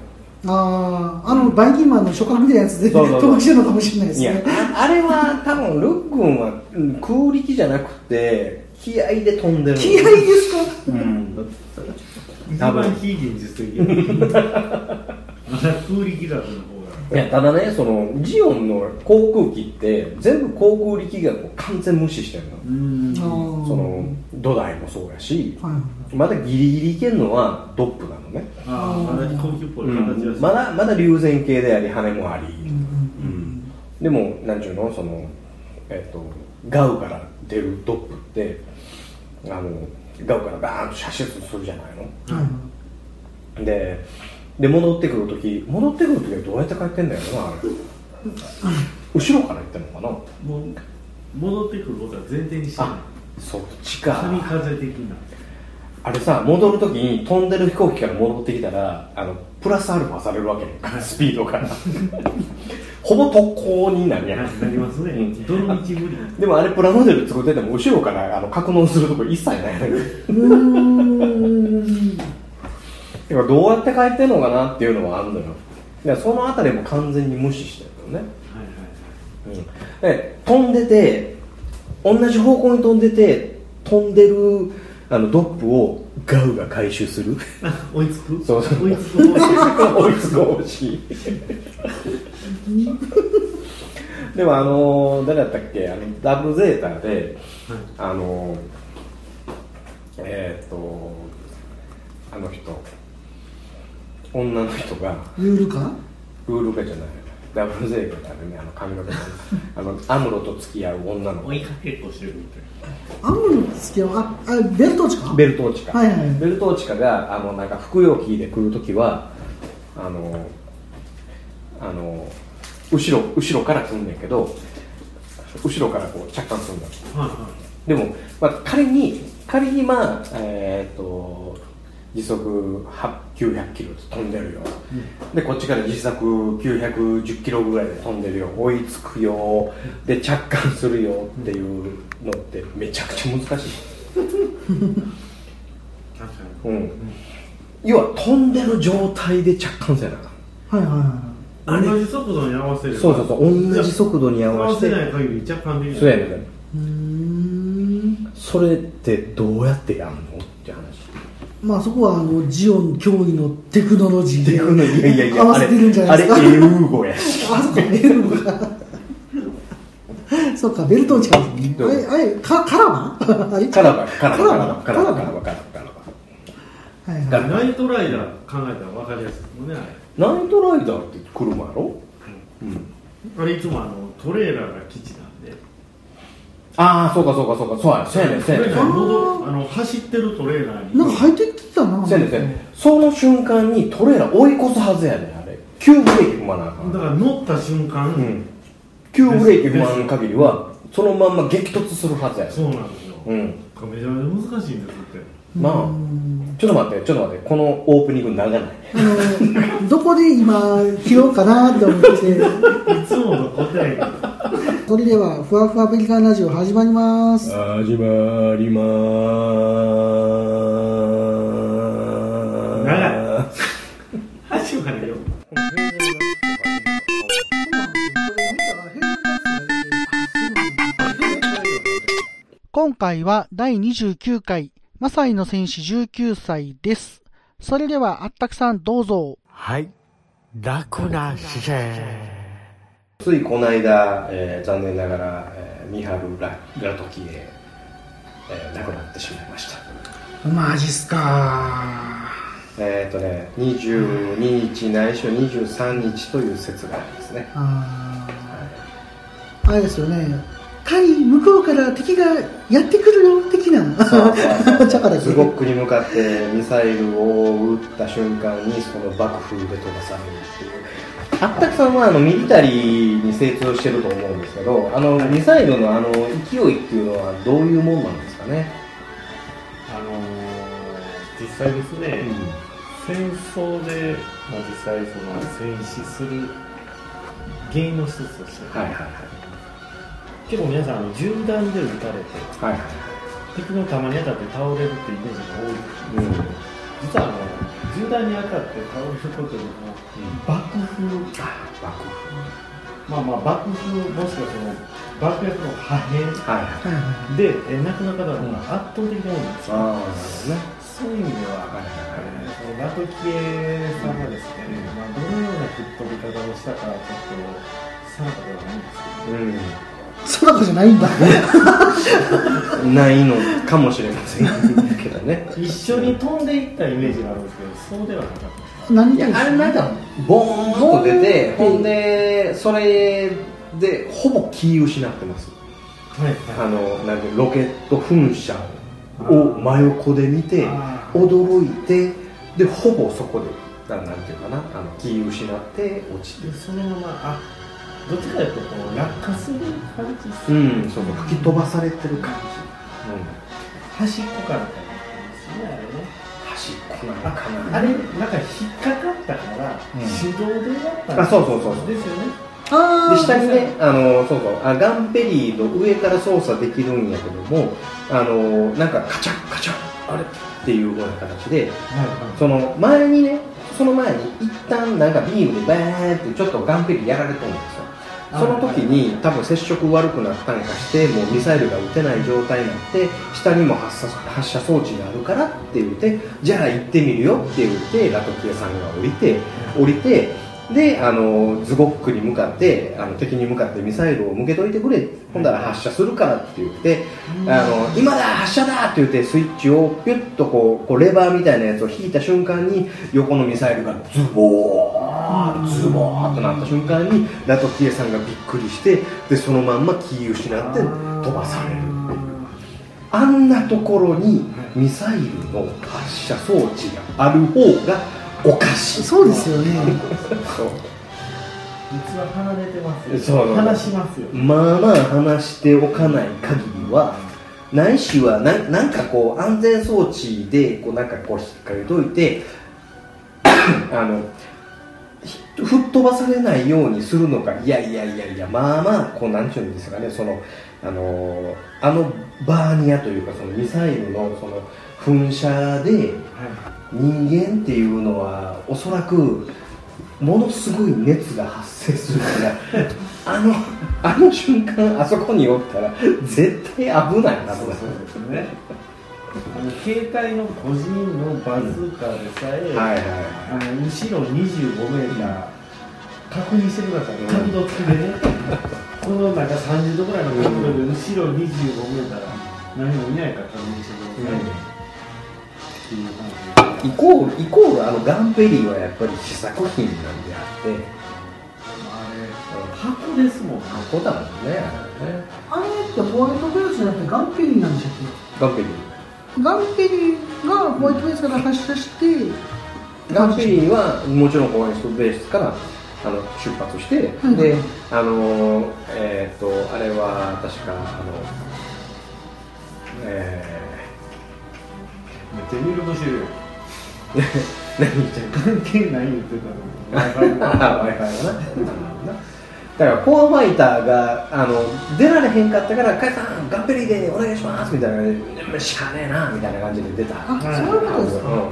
[SPEAKER 2] あああのバイキンマンの初感みたいなやつで
[SPEAKER 3] そうそうそう
[SPEAKER 2] 飛ばしてるのかもしれないです
[SPEAKER 3] いや
[SPEAKER 2] ね
[SPEAKER 3] ああれは多分ルックンはうん空力じゃなくて気合で飛んでる
[SPEAKER 2] 気合ですか
[SPEAKER 3] うん
[SPEAKER 1] 一番非現実的やまだ空力学の方が
[SPEAKER 3] いやただねそのジオンの航空機って全部航空力学を完全無視してるの
[SPEAKER 1] うん
[SPEAKER 2] あー
[SPEAKER 3] その土台もそうやし
[SPEAKER 2] はいはい
[SPEAKER 3] まだギリギリいけるのはドップなのね、
[SPEAKER 1] あーまだ飛行機っぽい形は
[SPEAKER 3] まだまだ流線形であり羽もあり、
[SPEAKER 2] うん
[SPEAKER 3] うんでもなんちゅうのそのえっとガウから出るドップってあのガウからバーンと射出するじゃないの
[SPEAKER 2] はいはい
[SPEAKER 3] でで戻ってくる時戻ってくる時はどうやって帰ってんだよなあれ後ろから行ってんのかな
[SPEAKER 1] もう戻ってくることは前提にしてない
[SPEAKER 3] あそっちか
[SPEAKER 1] 神風的な
[SPEAKER 3] あれさ戻るときに飛んでる飛行機から戻ってきたらあのプラスアルファされるわけやん かスピードからほぼ特攻になるやん
[SPEAKER 1] なります
[SPEAKER 3] う
[SPEAKER 1] ね
[SPEAKER 3] ん
[SPEAKER 1] どの道無理
[SPEAKER 3] でもあれプラモデル作ってても後ろからあの格納するとこ一切ないのよ
[SPEAKER 2] うーん
[SPEAKER 3] だからどうやって帰ってんのかなっていうのはあるのよだからそのあたりも完全に無視してるのね、
[SPEAKER 1] はいは
[SPEAKER 3] うん、で飛んでて同じ方向に飛んでて飛んでるあのドップをガウが回収する
[SPEAKER 1] いはいあ追いつく
[SPEAKER 3] そうそう
[SPEAKER 1] 追いつく方式
[SPEAKER 3] 追いつこうしでもあの誰だったっけあのダブルゼータであのえーっ、とあの人女の人が
[SPEAKER 2] ルールか
[SPEAKER 3] ルールペじゃないダブルゼータでねあの髪の毛のあのアムロと付き合う女の
[SPEAKER 1] 追
[SPEAKER 3] 子
[SPEAKER 1] いかけっこしてるみたい
[SPEAKER 2] アムロの付き合いはああベルトーチか
[SPEAKER 3] ベルトーチカ、
[SPEAKER 2] はいはいはい
[SPEAKER 3] ベルトーチカがあのなんか服用機で来るときはあのあの後ろ後ろから来んねんけど後ろからこう着艦するんだ
[SPEAKER 1] なはいは
[SPEAKER 3] でも、まあ、仮に仮にまあえーっと時速8 900キロで飛んでるよ、でこっちから時速910キロぐらいで飛んでるよ追いつくよで着艦するよっていうのってめちゃくちゃ難しい
[SPEAKER 1] い確かに
[SPEAKER 3] うん、要は飛んでる状態で着艦せなあかん
[SPEAKER 2] はいはいは
[SPEAKER 3] あれ
[SPEAKER 1] 同じ速度に合わせる
[SPEAKER 3] そうそうそう同じ速度に合わせ
[SPEAKER 1] 合わせ
[SPEAKER 3] て
[SPEAKER 1] ない限り若干でき
[SPEAKER 3] そうやね
[SPEAKER 1] ね
[SPEAKER 3] ん
[SPEAKER 2] いうーん
[SPEAKER 3] それってどうやってやんのって話
[SPEAKER 2] まあそこはあのジオン脅威のテクノロジーで
[SPEAKER 3] いやいやいや
[SPEAKER 2] 合わせてるんじゃな
[SPEAKER 3] あ
[SPEAKER 2] いで
[SPEAKER 3] れ
[SPEAKER 2] す
[SPEAKER 3] あ
[SPEAKER 2] か
[SPEAKER 3] れエウーゴやし
[SPEAKER 2] あそっかベルトかそっかベルトーチか
[SPEAKER 3] どう
[SPEAKER 2] あれあれかカラマあれ
[SPEAKER 3] カラバカ
[SPEAKER 2] カラ
[SPEAKER 3] ラバカラ
[SPEAKER 2] バカ
[SPEAKER 3] バカ
[SPEAKER 2] ラ
[SPEAKER 3] ラ
[SPEAKER 2] バ
[SPEAKER 3] バカラバカラバカラ
[SPEAKER 2] はいはい
[SPEAKER 3] ガ
[SPEAKER 1] ナイトライダー考えたら分かりやすいですもんねあ
[SPEAKER 3] バナイトライダーって車やろ
[SPEAKER 1] れ
[SPEAKER 3] うん
[SPEAKER 1] あれいつもあのトレーラーが基地なんで
[SPEAKER 3] ああそうかそうかそうかそうやねそうやねそうやね
[SPEAKER 4] トレーナーに戻あの走ってるトレーナーに
[SPEAKER 2] なんか入ってってたな
[SPEAKER 3] そうやねそうやねその瞬間にトレーラー追い越すはずやねんあれ急ブレーキ踏まなあかん
[SPEAKER 4] だから乗った瞬間、
[SPEAKER 3] うん急ブレーキ踏まん限りはそのまんま激突するはずやね
[SPEAKER 4] そうなんですよ、
[SPEAKER 3] んうん
[SPEAKER 4] めちゃめちゃ難しいんですって
[SPEAKER 3] まあ
[SPEAKER 2] うん
[SPEAKER 3] ちょっと待ってちょっと待ってこのオープニング長ない
[SPEAKER 2] あのどこで今切ろうかなって思ってて
[SPEAKER 4] いつもの答え が
[SPEAKER 2] それではふわふわペリカンラジオ始まります
[SPEAKER 3] 始まりまーす
[SPEAKER 4] 始まるよ
[SPEAKER 2] 今回は第29回、マサイの戦士19歳です。それでは、あったくさんどうぞ。
[SPEAKER 5] はい。楽な姿勢。
[SPEAKER 3] ついこの間、えー残念ながら、えー、三春らが時へ、えー亡くなってしまいました
[SPEAKER 2] マジっすか
[SPEAKER 3] えっ、とね22日ないしは23日という説がありますね
[SPEAKER 2] あーあれですよね。対向こうから敵がやってくるよ、的な。
[SPEAKER 3] そうそうそう
[SPEAKER 2] チャ カだけ
[SPEAKER 3] ズゴックに向かってミサイルを撃った瞬間にその爆風で飛ばされるっていうあったくさんはあのミリタリーに精通してると思うんですけどあのミサイルのあの勢いっていうのはどういうもんなんですかね、
[SPEAKER 1] あのー実際ですね、戦争で、まあ、実際その戦死する原因の一つとして、
[SPEAKER 3] はいはいはい
[SPEAKER 1] 結構皆さんあの銃弾で撃たれて
[SPEAKER 3] はいはい
[SPEAKER 1] 敵の弾に当たって倒れるっていうイメージが多いんですけど、実はあ
[SPEAKER 3] うん
[SPEAKER 1] の銃弾に当たって倒れることでも爆風
[SPEAKER 3] 爆
[SPEAKER 1] まあまあ爆風もしくはその爆薬の破片
[SPEAKER 3] 風はいは
[SPEAKER 2] は
[SPEAKER 3] い
[SPEAKER 2] いは
[SPEAKER 1] で、えー亡くなる方が圧倒的に多いんですよ、
[SPEAKER 3] ああなるほどね
[SPEAKER 1] そういう意味では、
[SPEAKER 3] はいはいはい
[SPEAKER 1] えーナトキエさんがですね、まあ、どのような吹っ飛び方をしたかはちょっと定かではないんです
[SPEAKER 2] い。そらこじゃないんだ。
[SPEAKER 3] うんないのかもしれません けどね
[SPEAKER 1] けど一緒に飛んでいったイメージがあるんですけどそうではなかったです
[SPEAKER 2] 何
[SPEAKER 3] いや
[SPEAKER 2] 言って
[SPEAKER 3] あれ
[SPEAKER 2] ん
[SPEAKER 3] な
[SPEAKER 2] の
[SPEAKER 3] んかボーンと出てほんでそれでほぼ気失ってます
[SPEAKER 1] はい
[SPEAKER 3] あのなんていうロケット噴射を真横で見て驚いてでほぼそこでななんていうかなあの気失って落ちて
[SPEAKER 1] でそのままあどっちかというとこう落下する感じです、
[SPEAKER 3] うんそうそう吹き飛ばされてる感じ、うん、
[SPEAKER 1] 端っこからかなですねあれね
[SPEAKER 3] 端っこなのかな
[SPEAKER 1] ああれなんか引っかかったから、
[SPEAKER 3] うん
[SPEAKER 1] 手動でやったんです
[SPEAKER 3] あそうそうそうそう
[SPEAKER 1] ですよね
[SPEAKER 3] で
[SPEAKER 2] あ
[SPEAKER 3] 下にねあのそうそうあガンペリーの上から操作できるんやけどもあのなんかカチャンカチャンあれっていうような形で
[SPEAKER 1] はいは
[SPEAKER 3] その前にねその前に一旦なんかビームでバーンってちょっとガンペリーやられてるんですよその時に多分接触悪くなったんかしてもうミサイルが撃てない状態になって下にも発射発射装置があるからって言ってじゃあ行ってみるよって言ってラトキエさんが降りて降りてであのズゴックに向かってあの敵に向かってミサイルを向けといてくれほんだら発射するからって言ってあの今だ発射だって言ってスイッチをピュッとこうこうレバーみたいなやつを引いた瞬間に横のミサイルがズボーズボーっとなった瞬間にラトキエさんがびっくりしてでそのまんま気を失って飛ばされるっていうあんなところにミサイルの発射装置がある方がおかしい
[SPEAKER 2] そうですよね。
[SPEAKER 3] そう
[SPEAKER 1] い実は離れてますよ
[SPEAKER 3] そうそう
[SPEAKER 1] 離しますよ
[SPEAKER 3] まあまあ話しておかない限りはないしはななんかこう安全装置でこうなんかこう引っかけといて あのひ吹っ飛ばされないようにするのかいやいやいやいやまあまあこうなんちゅうんですかねそのあのあのバーニアというかそのミサイルのその噴射で人間っていうのはおそらくものすごい熱が発生するから あのあの瞬間あそこにおったら絶対危ないな
[SPEAKER 1] そ
[SPEAKER 3] と
[SPEAKER 1] うそうですね。あの携帯の個人のバズーカでさえ、
[SPEAKER 3] はいはい
[SPEAKER 1] あの後ろ25メーター確認してください。角度付きでね。このなんか30度ぐらいの角度で後ろ25メーター何もいないから確認してください。っていう感じ
[SPEAKER 3] イコールイコールあのガンペリーはやっぱり試作品なんであって
[SPEAKER 1] で。あれ、箱箱ですもんね
[SPEAKER 3] 箱だもんねあれね
[SPEAKER 2] あれってホワイトベースじゃなくてガンペリーなんでしたっ
[SPEAKER 3] ガンペリ
[SPEAKER 2] けガンペリーがホワイトベースから発射して
[SPEAKER 3] ーガンペリーはもちろんホワイトベースからあの出発して、
[SPEAKER 2] うん
[SPEAKER 3] であのえっ、とあれは確かあのえ
[SPEAKER 6] めっちゃ入力してるよ
[SPEAKER 3] ー、何言っちゃう
[SPEAKER 6] 関係ない言ってたの
[SPEAKER 3] w i がなだからコアファイターがあの出られへんかったから「甲斐さんガンペリーでお願いします」みたいな感じで「しかねえな」みたいな感じで出た
[SPEAKER 2] あそういうことですか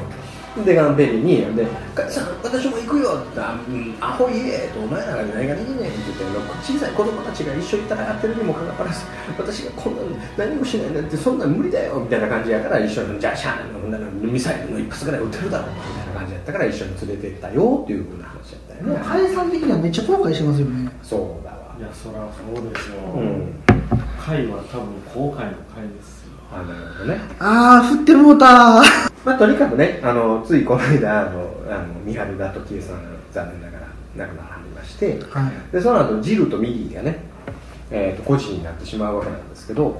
[SPEAKER 3] うん、でガンペリーに「で甲斐さん私も行くよ」って言ったらうんアホ言え」と「お前らが何ができねえ」って言って小さい子供たちが一緒に戦ってるにもかかわらず私がこんな何もしないなんてそんなん無理だよみたいな感じやから一緒に「じゃあしゃあないほんならミサイルの一発ぐらい撃てるだろ」みたいな感じやったから一緒に連れてったよっていうふうな話やったよ
[SPEAKER 2] もう
[SPEAKER 3] ね
[SPEAKER 2] 解散的にはめっちゃ後悔してますよね
[SPEAKER 3] そうだわ
[SPEAKER 6] いやそりゃそうですよ、
[SPEAKER 3] うん
[SPEAKER 6] 回は多分後悔の回ですよ
[SPEAKER 3] あなるほどね
[SPEAKER 2] ああ降ってもうた
[SPEAKER 3] まあとにかくねあのついこの間あのあの三春が時江さん残念ながら亡くなられまして
[SPEAKER 2] はい
[SPEAKER 3] でその後ジルとミリーがね、えー、と孤児になってしまうわけなんですけど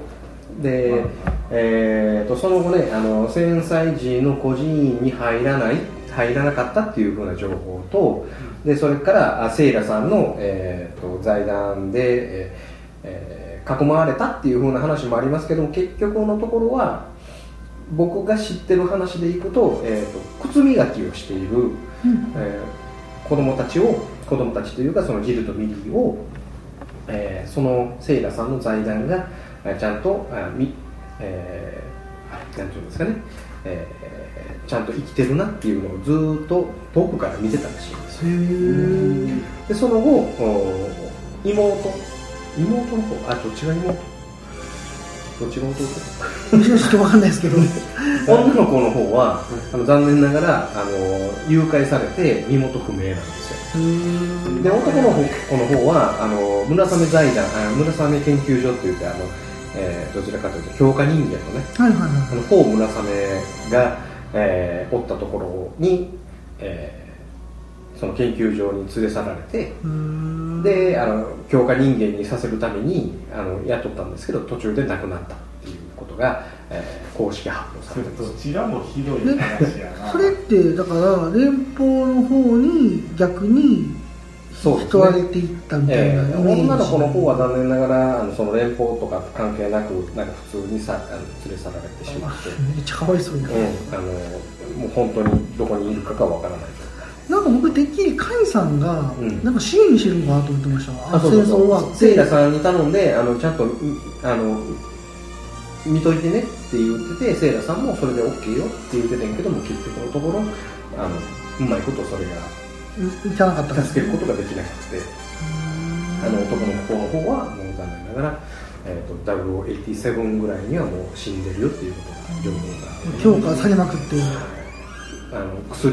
[SPEAKER 3] で、えー、とその後ねあの戦災時の孤児院に入らない入らなかったっていうふうな情報とでそれからあセイラさんの、えー、と財団で、えーえー囲まれたっていうふうな話もありますけども結局のところは僕が知ってる話でいくと,、えー、と靴磨きをしている
[SPEAKER 2] うん
[SPEAKER 3] えー子供たちを子供たちというかそのジルとミリーを、えーそのセイラさんの財団がえーちゃんとあみ、えーなんていうんですかね、えーちゃんと生きてるなっていうのをずーっと遠くから見てたらしいんですよでその後お妹妹の方あどっちが妹どっちが弟
[SPEAKER 2] ちょっとわかんないですけど
[SPEAKER 3] 女の子の方は、あの残念ながらあの誘拐されて身元不明なんですよで男の子の方はあの村雨財団あ村雨研究所っていってあの、えーどちらかというと強化人間のね
[SPEAKER 2] はいはいは
[SPEAKER 3] あの方村雨が、えーおったところに、えーその研究所に連れ去られて
[SPEAKER 2] いうーん
[SPEAKER 3] であの強化人間にさせるためにあの雇ったんですけど途中で亡くなったっていうことが、えー公式発表さ
[SPEAKER 6] そ
[SPEAKER 3] れ
[SPEAKER 6] れ
[SPEAKER 3] てます
[SPEAKER 6] どちらもひどい話やな
[SPEAKER 2] それってだから連邦の方に逆に
[SPEAKER 3] そうですね
[SPEAKER 2] 人われていったみたい
[SPEAKER 3] え
[SPEAKER 2] な
[SPEAKER 3] ー
[SPEAKER 2] イメージ
[SPEAKER 3] 女の子の方は残念ながらあのその連邦とか関係なくなんか普通にさあの連れ去られてしまって、
[SPEAKER 2] めっちゃかわいそうにな
[SPEAKER 3] うん、あのもう本当にどこにいるかがわからない
[SPEAKER 2] なんか僕てっきり甲斐さんが
[SPEAKER 3] うん
[SPEAKER 2] なんか支援してるのかなと思ってました、あ
[SPEAKER 3] と
[SPEAKER 2] 戦争終わっ
[SPEAKER 3] セイ
[SPEAKER 2] て
[SPEAKER 3] ラさんに頼んであのちゃんとうあの見といてねって言っててセイラさんもそれで OK よって言ってたんやけども結局のところあのうまいことそれが
[SPEAKER 2] いかなかったから
[SPEAKER 3] 助けることができなくてあの男の子の方はもう残念ながら、えー、と0087ぐらいにはもう死んでるよっていうことが情報
[SPEAKER 2] 評
[SPEAKER 3] が
[SPEAKER 2] 価されまくって
[SPEAKER 3] あの薬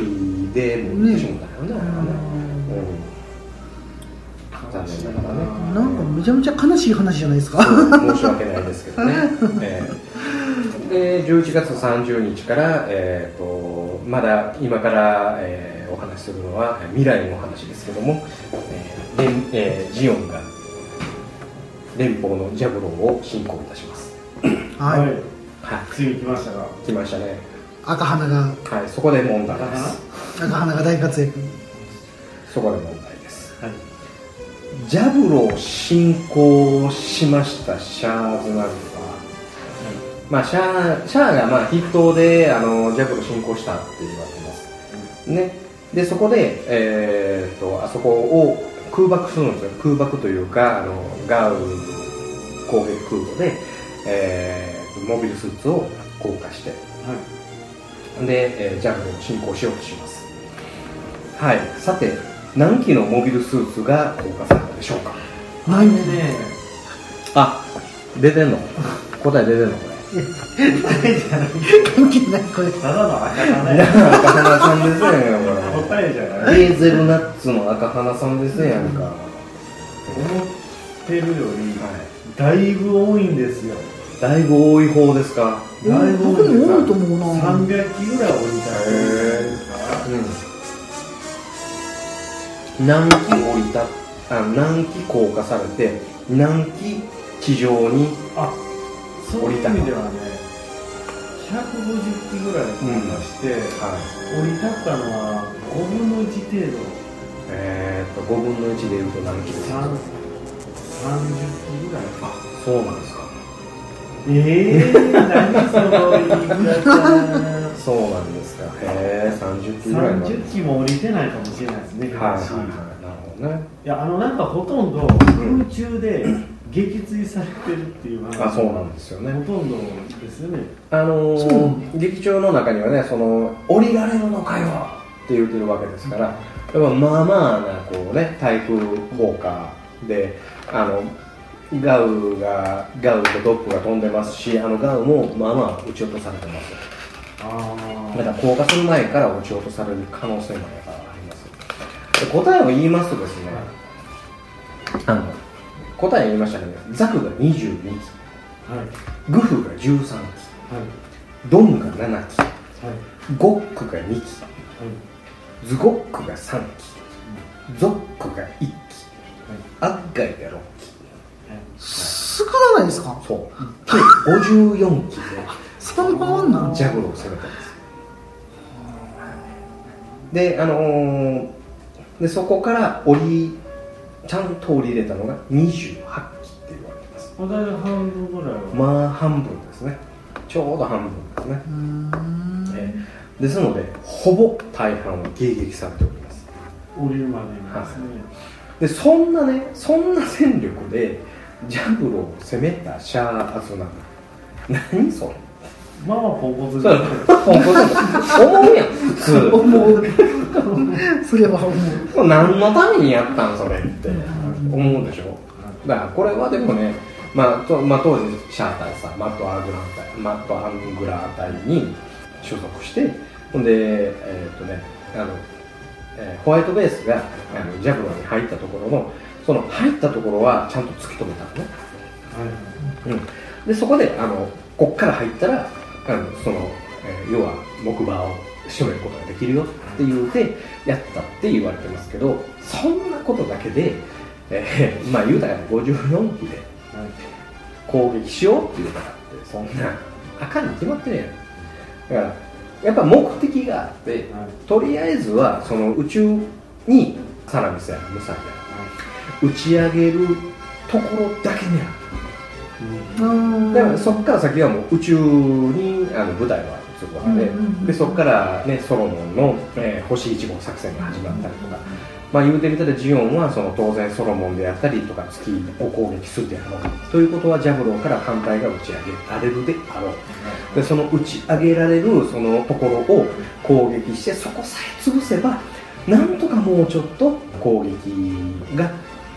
[SPEAKER 3] でもう行ってしまったよねあれはねうん、残念ながらね
[SPEAKER 2] なんかめちゃめちゃ悲しい話じゃないですか
[SPEAKER 3] 申し訳ないですけどね、えーで11月30日から、えー、とまだ今から、えーお話しするのはえー未来のお話ですけども、えー連えージオンが連邦のジャブローを進行いたします
[SPEAKER 6] はい、
[SPEAKER 2] はい
[SPEAKER 3] は
[SPEAKER 6] ついに来ましたが
[SPEAKER 3] い来ましたね
[SPEAKER 2] 赤花が
[SPEAKER 3] はいそこで問題です
[SPEAKER 2] 赤花が大活躍
[SPEAKER 3] そこで問題です
[SPEAKER 6] はい
[SPEAKER 3] ジャブロー進行しましたシャーズナルはまあ、シャアシャアがまあ筆頭であのジャブロ進行したって言われてます、ね、でそこで、えー、とあそこを空爆するんですよ空爆というかあのガウン攻撃空母で、えーモビルスーツを降下して
[SPEAKER 6] は
[SPEAKER 3] で、えージャブロを進行しようとしますはいさて何機のモビルスーツが降下されたでしょうか
[SPEAKER 2] ない
[SPEAKER 6] いで
[SPEAKER 2] ね
[SPEAKER 6] ね
[SPEAKER 3] あ出てんの答え出てんのこれ
[SPEAKER 2] 関係ないこれ
[SPEAKER 6] ただの赤だ
[SPEAKER 3] い
[SPEAKER 6] ね
[SPEAKER 3] や 赤鼻さんですねこれ
[SPEAKER 6] 答えじゃない
[SPEAKER 3] ヘーゼルナッツの赤花さんですやんか。
[SPEAKER 6] 思ってるより、だいぶ多いんですよ
[SPEAKER 3] だいぶ多い方ですか。
[SPEAKER 2] え
[SPEAKER 6] だいぶ多いん
[SPEAKER 2] 僕も多いと
[SPEAKER 6] で
[SPEAKER 2] 思う
[SPEAKER 6] す
[SPEAKER 2] な
[SPEAKER 6] 300機ぐらい多いんじゃないですか
[SPEAKER 3] うん。何機降りたっあ何機降下されて何機地上に
[SPEAKER 6] あそういう意味ではね150機ぐらい飛ばして、
[SPEAKER 3] はい
[SPEAKER 6] 降り立ったのは5分の1程度
[SPEAKER 3] えー、っと5分の1でいうと何機です
[SPEAKER 6] 3 30
[SPEAKER 3] か
[SPEAKER 6] 機ぐらいか
[SPEAKER 3] そうなんですか
[SPEAKER 6] ええー、何その言い方
[SPEAKER 3] そうなんですかへえ30機ぐらいは
[SPEAKER 6] 30機も降りてないかもしれないですね、
[SPEAKER 3] はいはい
[SPEAKER 6] 東
[SPEAKER 3] はいなるほどね
[SPEAKER 6] いやあのなんかほとんど
[SPEAKER 3] ん
[SPEAKER 6] 空中で撃墜されてるっていう話
[SPEAKER 3] あそうなんですよね
[SPEAKER 6] ほとんどですよね
[SPEAKER 3] あの
[SPEAKER 2] そうなん
[SPEAKER 3] ー、劇場の中にはねその降りられるのかよって言ってるわけですから、やっぱまあまあなこうね対空砲火であのガウがガウとドップが飛んでますしあのガウもまあまあ撃ち落とされてます
[SPEAKER 6] あ
[SPEAKER 3] だから降下する前から撃ち落とされる可能性もやっぱありますで答えを言いますとですねあの答え言いましたけど、ザクが22機
[SPEAKER 6] あはいはい
[SPEAKER 3] グフが13機ドムが7機
[SPEAKER 6] はい
[SPEAKER 3] ゴックが2機ズゴックが3機ゾックが1機アッガイが6機
[SPEAKER 2] 少ないですか
[SPEAKER 3] そう計54機で
[SPEAKER 2] そんなもんなん
[SPEAKER 3] ジャグロを攻めたんですであのーでそこから降りちゃんと降りれたのが28機って言われてます
[SPEAKER 6] お題の半分ぐらいは、
[SPEAKER 3] まあ半分ですねちょうど半分ですね
[SPEAKER 2] うーん
[SPEAKER 3] ですのでほぼ大半は迎撃されております
[SPEAKER 6] 降りるまでにですね、
[SPEAKER 3] でそんなねそんな戦力でジャグロを攻めたシャアアズナム何それ
[SPEAKER 6] まあまあポンコツ
[SPEAKER 3] そ
[SPEAKER 6] で
[SPEAKER 3] れ
[SPEAKER 6] すね
[SPEAKER 3] 本当に思うやん普通
[SPEAKER 2] 思うそれは思う
[SPEAKER 3] これ何のためにやったんそれって思うでしょだからこれはでもね、まあとまあ、当時シャア対さマット・アーグラン対マット・アングラー隊に所属してほんでえーっ、とねあの、えーホワイトベースがあのジャグロに入ったところのその入ったところはちゃんと突き止めたのね
[SPEAKER 6] はい
[SPEAKER 3] でそこであのこっから入ったらあのその、えー要は木馬を仕留めることができるよって言うてやったって言われてますけどそんなことだけで、えーまあ 言うたら54機で
[SPEAKER 6] はい
[SPEAKER 3] 攻撃しようっていうからってそんなあかんに決まってるやんだからやっぱ目的があって
[SPEAKER 6] はい
[SPEAKER 3] とりあえずはその宇宙にサラミスやムサイや打ち上げるところだけにある
[SPEAKER 2] うん
[SPEAKER 3] だからそこから先はもう宇宙にあの舞台は移るわけで,、
[SPEAKER 2] うんうんうん
[SPEAKER 3] でそこから、ね、ソロモンの、えー星1号作戦が始まったりとか、まあ、言うてみたらジオンはその当然ソロモンであったりとか月を攻撃するであろうということはジャブローから艦隊が打ち上げられるであろうでその打ち上げられるそのところを攻撃してそこさえ潰せばなんとかもうちょっと攻撃が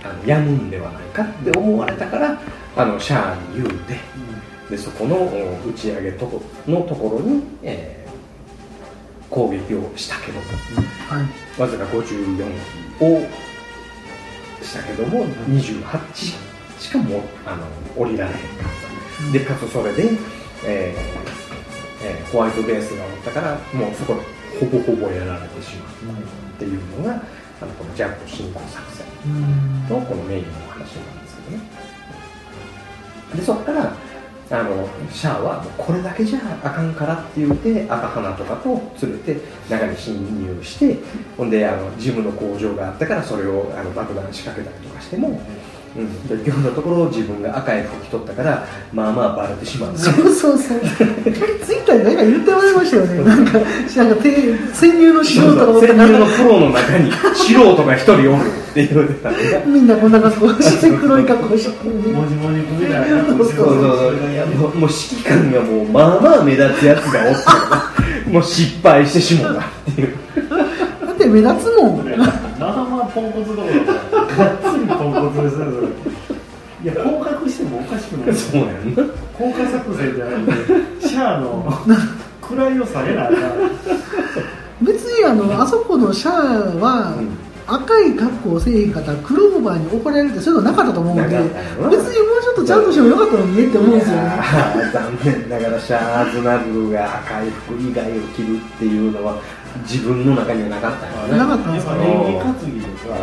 [SPEAKER 3] あのやむんではないかって思われたからあのシャアに言うてでそこのお打ち上げとこのところに、えー攻撃をしたけど
[SPEAKER 2] はい
[SPEAKER 3] わずか54をしたけども28しかもうあの降りられへんかったでかつそれで、えーえーホワイトベースがおったからもうそこでほぼほぼやられてしまうっていうのがあのこのジャンプ進行作戦
[SPEAKER 2] うん
[SPEAKER 3] とこのメインの話なんですけどねでそこからあのシャアはもうこれだけじゃあかんからって言うて赤花とかと連れて中に侵入してほんであのジムの工場があったからそれをあの爆弾仕掛けたりとかしても、うん、結局のところ自分が赤い服着とったからまあまあバレてしまうんですよ
[SPEAKER 2] そうそうそう。ツイッターで何か言ってもらいましたよね。なんか、なんか、て潜入の仕
[SPEAKER 3] そう
[SPEAKER 2] 事
[SPEAKER 3] そ
[SPEAKER 2] と
[SPEAKER 3] う潜
[SPEAKER 2] か
[SPEAKER 3] 入のプロの中に素人が一人おるって言うてたんで
[SPEAKER 2] みんなこんな格好して、黒い格好して。
[SPEAKER 6] もじもじ組みたいな
[SPEAKER 3] そうそうそういやもうもう指揮官がもうまあまあ目立つやつがおったからもう失敗してしもうたっていう
[SPEAKER 2] だって目立つもん。
[SPEAKER 6] まあまあポンコツどころかがっつりポンコツですねそれいや降格してもおかしくないです
[SPEAKER 3] そうやんな
[SPEAKER 6] 降格作戦じゃないんでシャアの位を下げなあかん
[SPEAKER 2] 別にあの、あそこのシャアは、赤い格好をせえへんかったらクローバーに怒られるってそういうのなかったと思うんで
[SPEAKER 3] な
[SPEAKER 2] 別
[SPEAKER 3] かったやろな
[SPEAKER 2] にもうちょっとちゃんとしてもよかったのにねって思うんですよね
[SPEAKER 3] あー残念ながらシャアズナブルが赤い服以外を着るっていうのは自分の中にはなかったよね
[SPEAKER 2] なかったんで
[SPEAKER 6] やっ
[SPEAKER 2] す
[SPEAKER 6] ぱ
[SPEAKER 2] か
[SPEAKER 6] 演技担ぎとか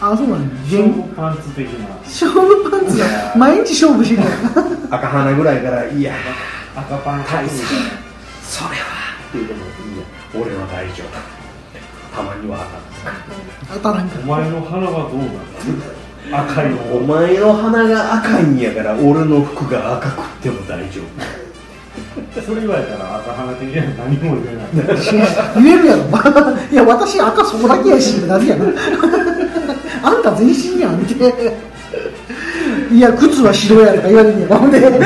[SPEAKER 2] あそうなんだ
[SPEAKER 6] 勝負パンツ的な
[SPEAKER 2] 勝負パンツが毎日勝負してるから
[SPEAKER 3] 赤鼻ぐらいからいや
[SPEAKER 6] 赤パン
[SPEAKER 3] 大佐それはっていうのもいいや俺は大丈夫たまには
[SPEAKER 2] 当たらんか
[SPEAKER 6] お
[SPEAKER 2] ら
[SPEAKER 6] 前の鼻はどうなの赤い
[SPEAKER 3] 赤
[SPEAKER 6] の
[SPEAKER 3] お前の鼻が赤いんやから俺の服が赤くっても大丈
[SPEAKER 6] それ言われたら赤鼻的には何も言えない
[SPEAKER 2] 言えるやろ いや私赤そこだけやしなぜやな あんた全身やんっていや靴は白やとか言われるんやろほんで
[SPEAKER 3] 夫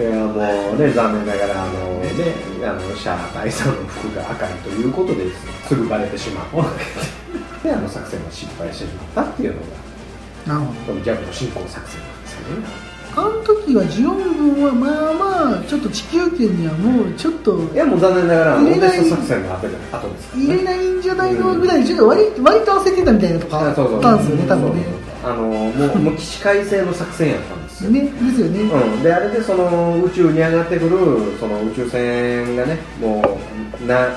[SPEAKER 3] いやもうね残念ながらあのねあのシャー大佐の服が赤いということですねすぐバレてしまうであの作戦は失敗してしまったっていうのが
[SPEAKER 2] なるほど
[SPEAKER 3] このジャブの進行作戦なんですよね
[SPEAKER 2] あの時はジオン軍はまあまあちょっと地球圏にはもうちょっと
[SPEAKER 3] いやもう残念ながらオ
[SPEAKER 2] 入
[SPEAKER 3] ー
[SPEAKER 2] れ
[SPEAKER 3] デ
[SPEAKER 2] ない
[SPEAKER 3] スト作戦の後で後ですから
[SPEAKER 2] 入
[SPEAKER 3] ね
[SPEAKER 2] れないんじゃないのぐらいちょっと割割と焦ってたみたいなとかあ
[SPEAKER 3] あそうそう
[SPEAKER 2] ったんですよね多分ね
[SPEAKER 3] あのもうもう起死回生の作戦やったんですよ、
[SPEAKER 2] ねですよね
[SPEAKER 3] うん、であれでその宇宙に上がってくるその宇宙船がねもうなあの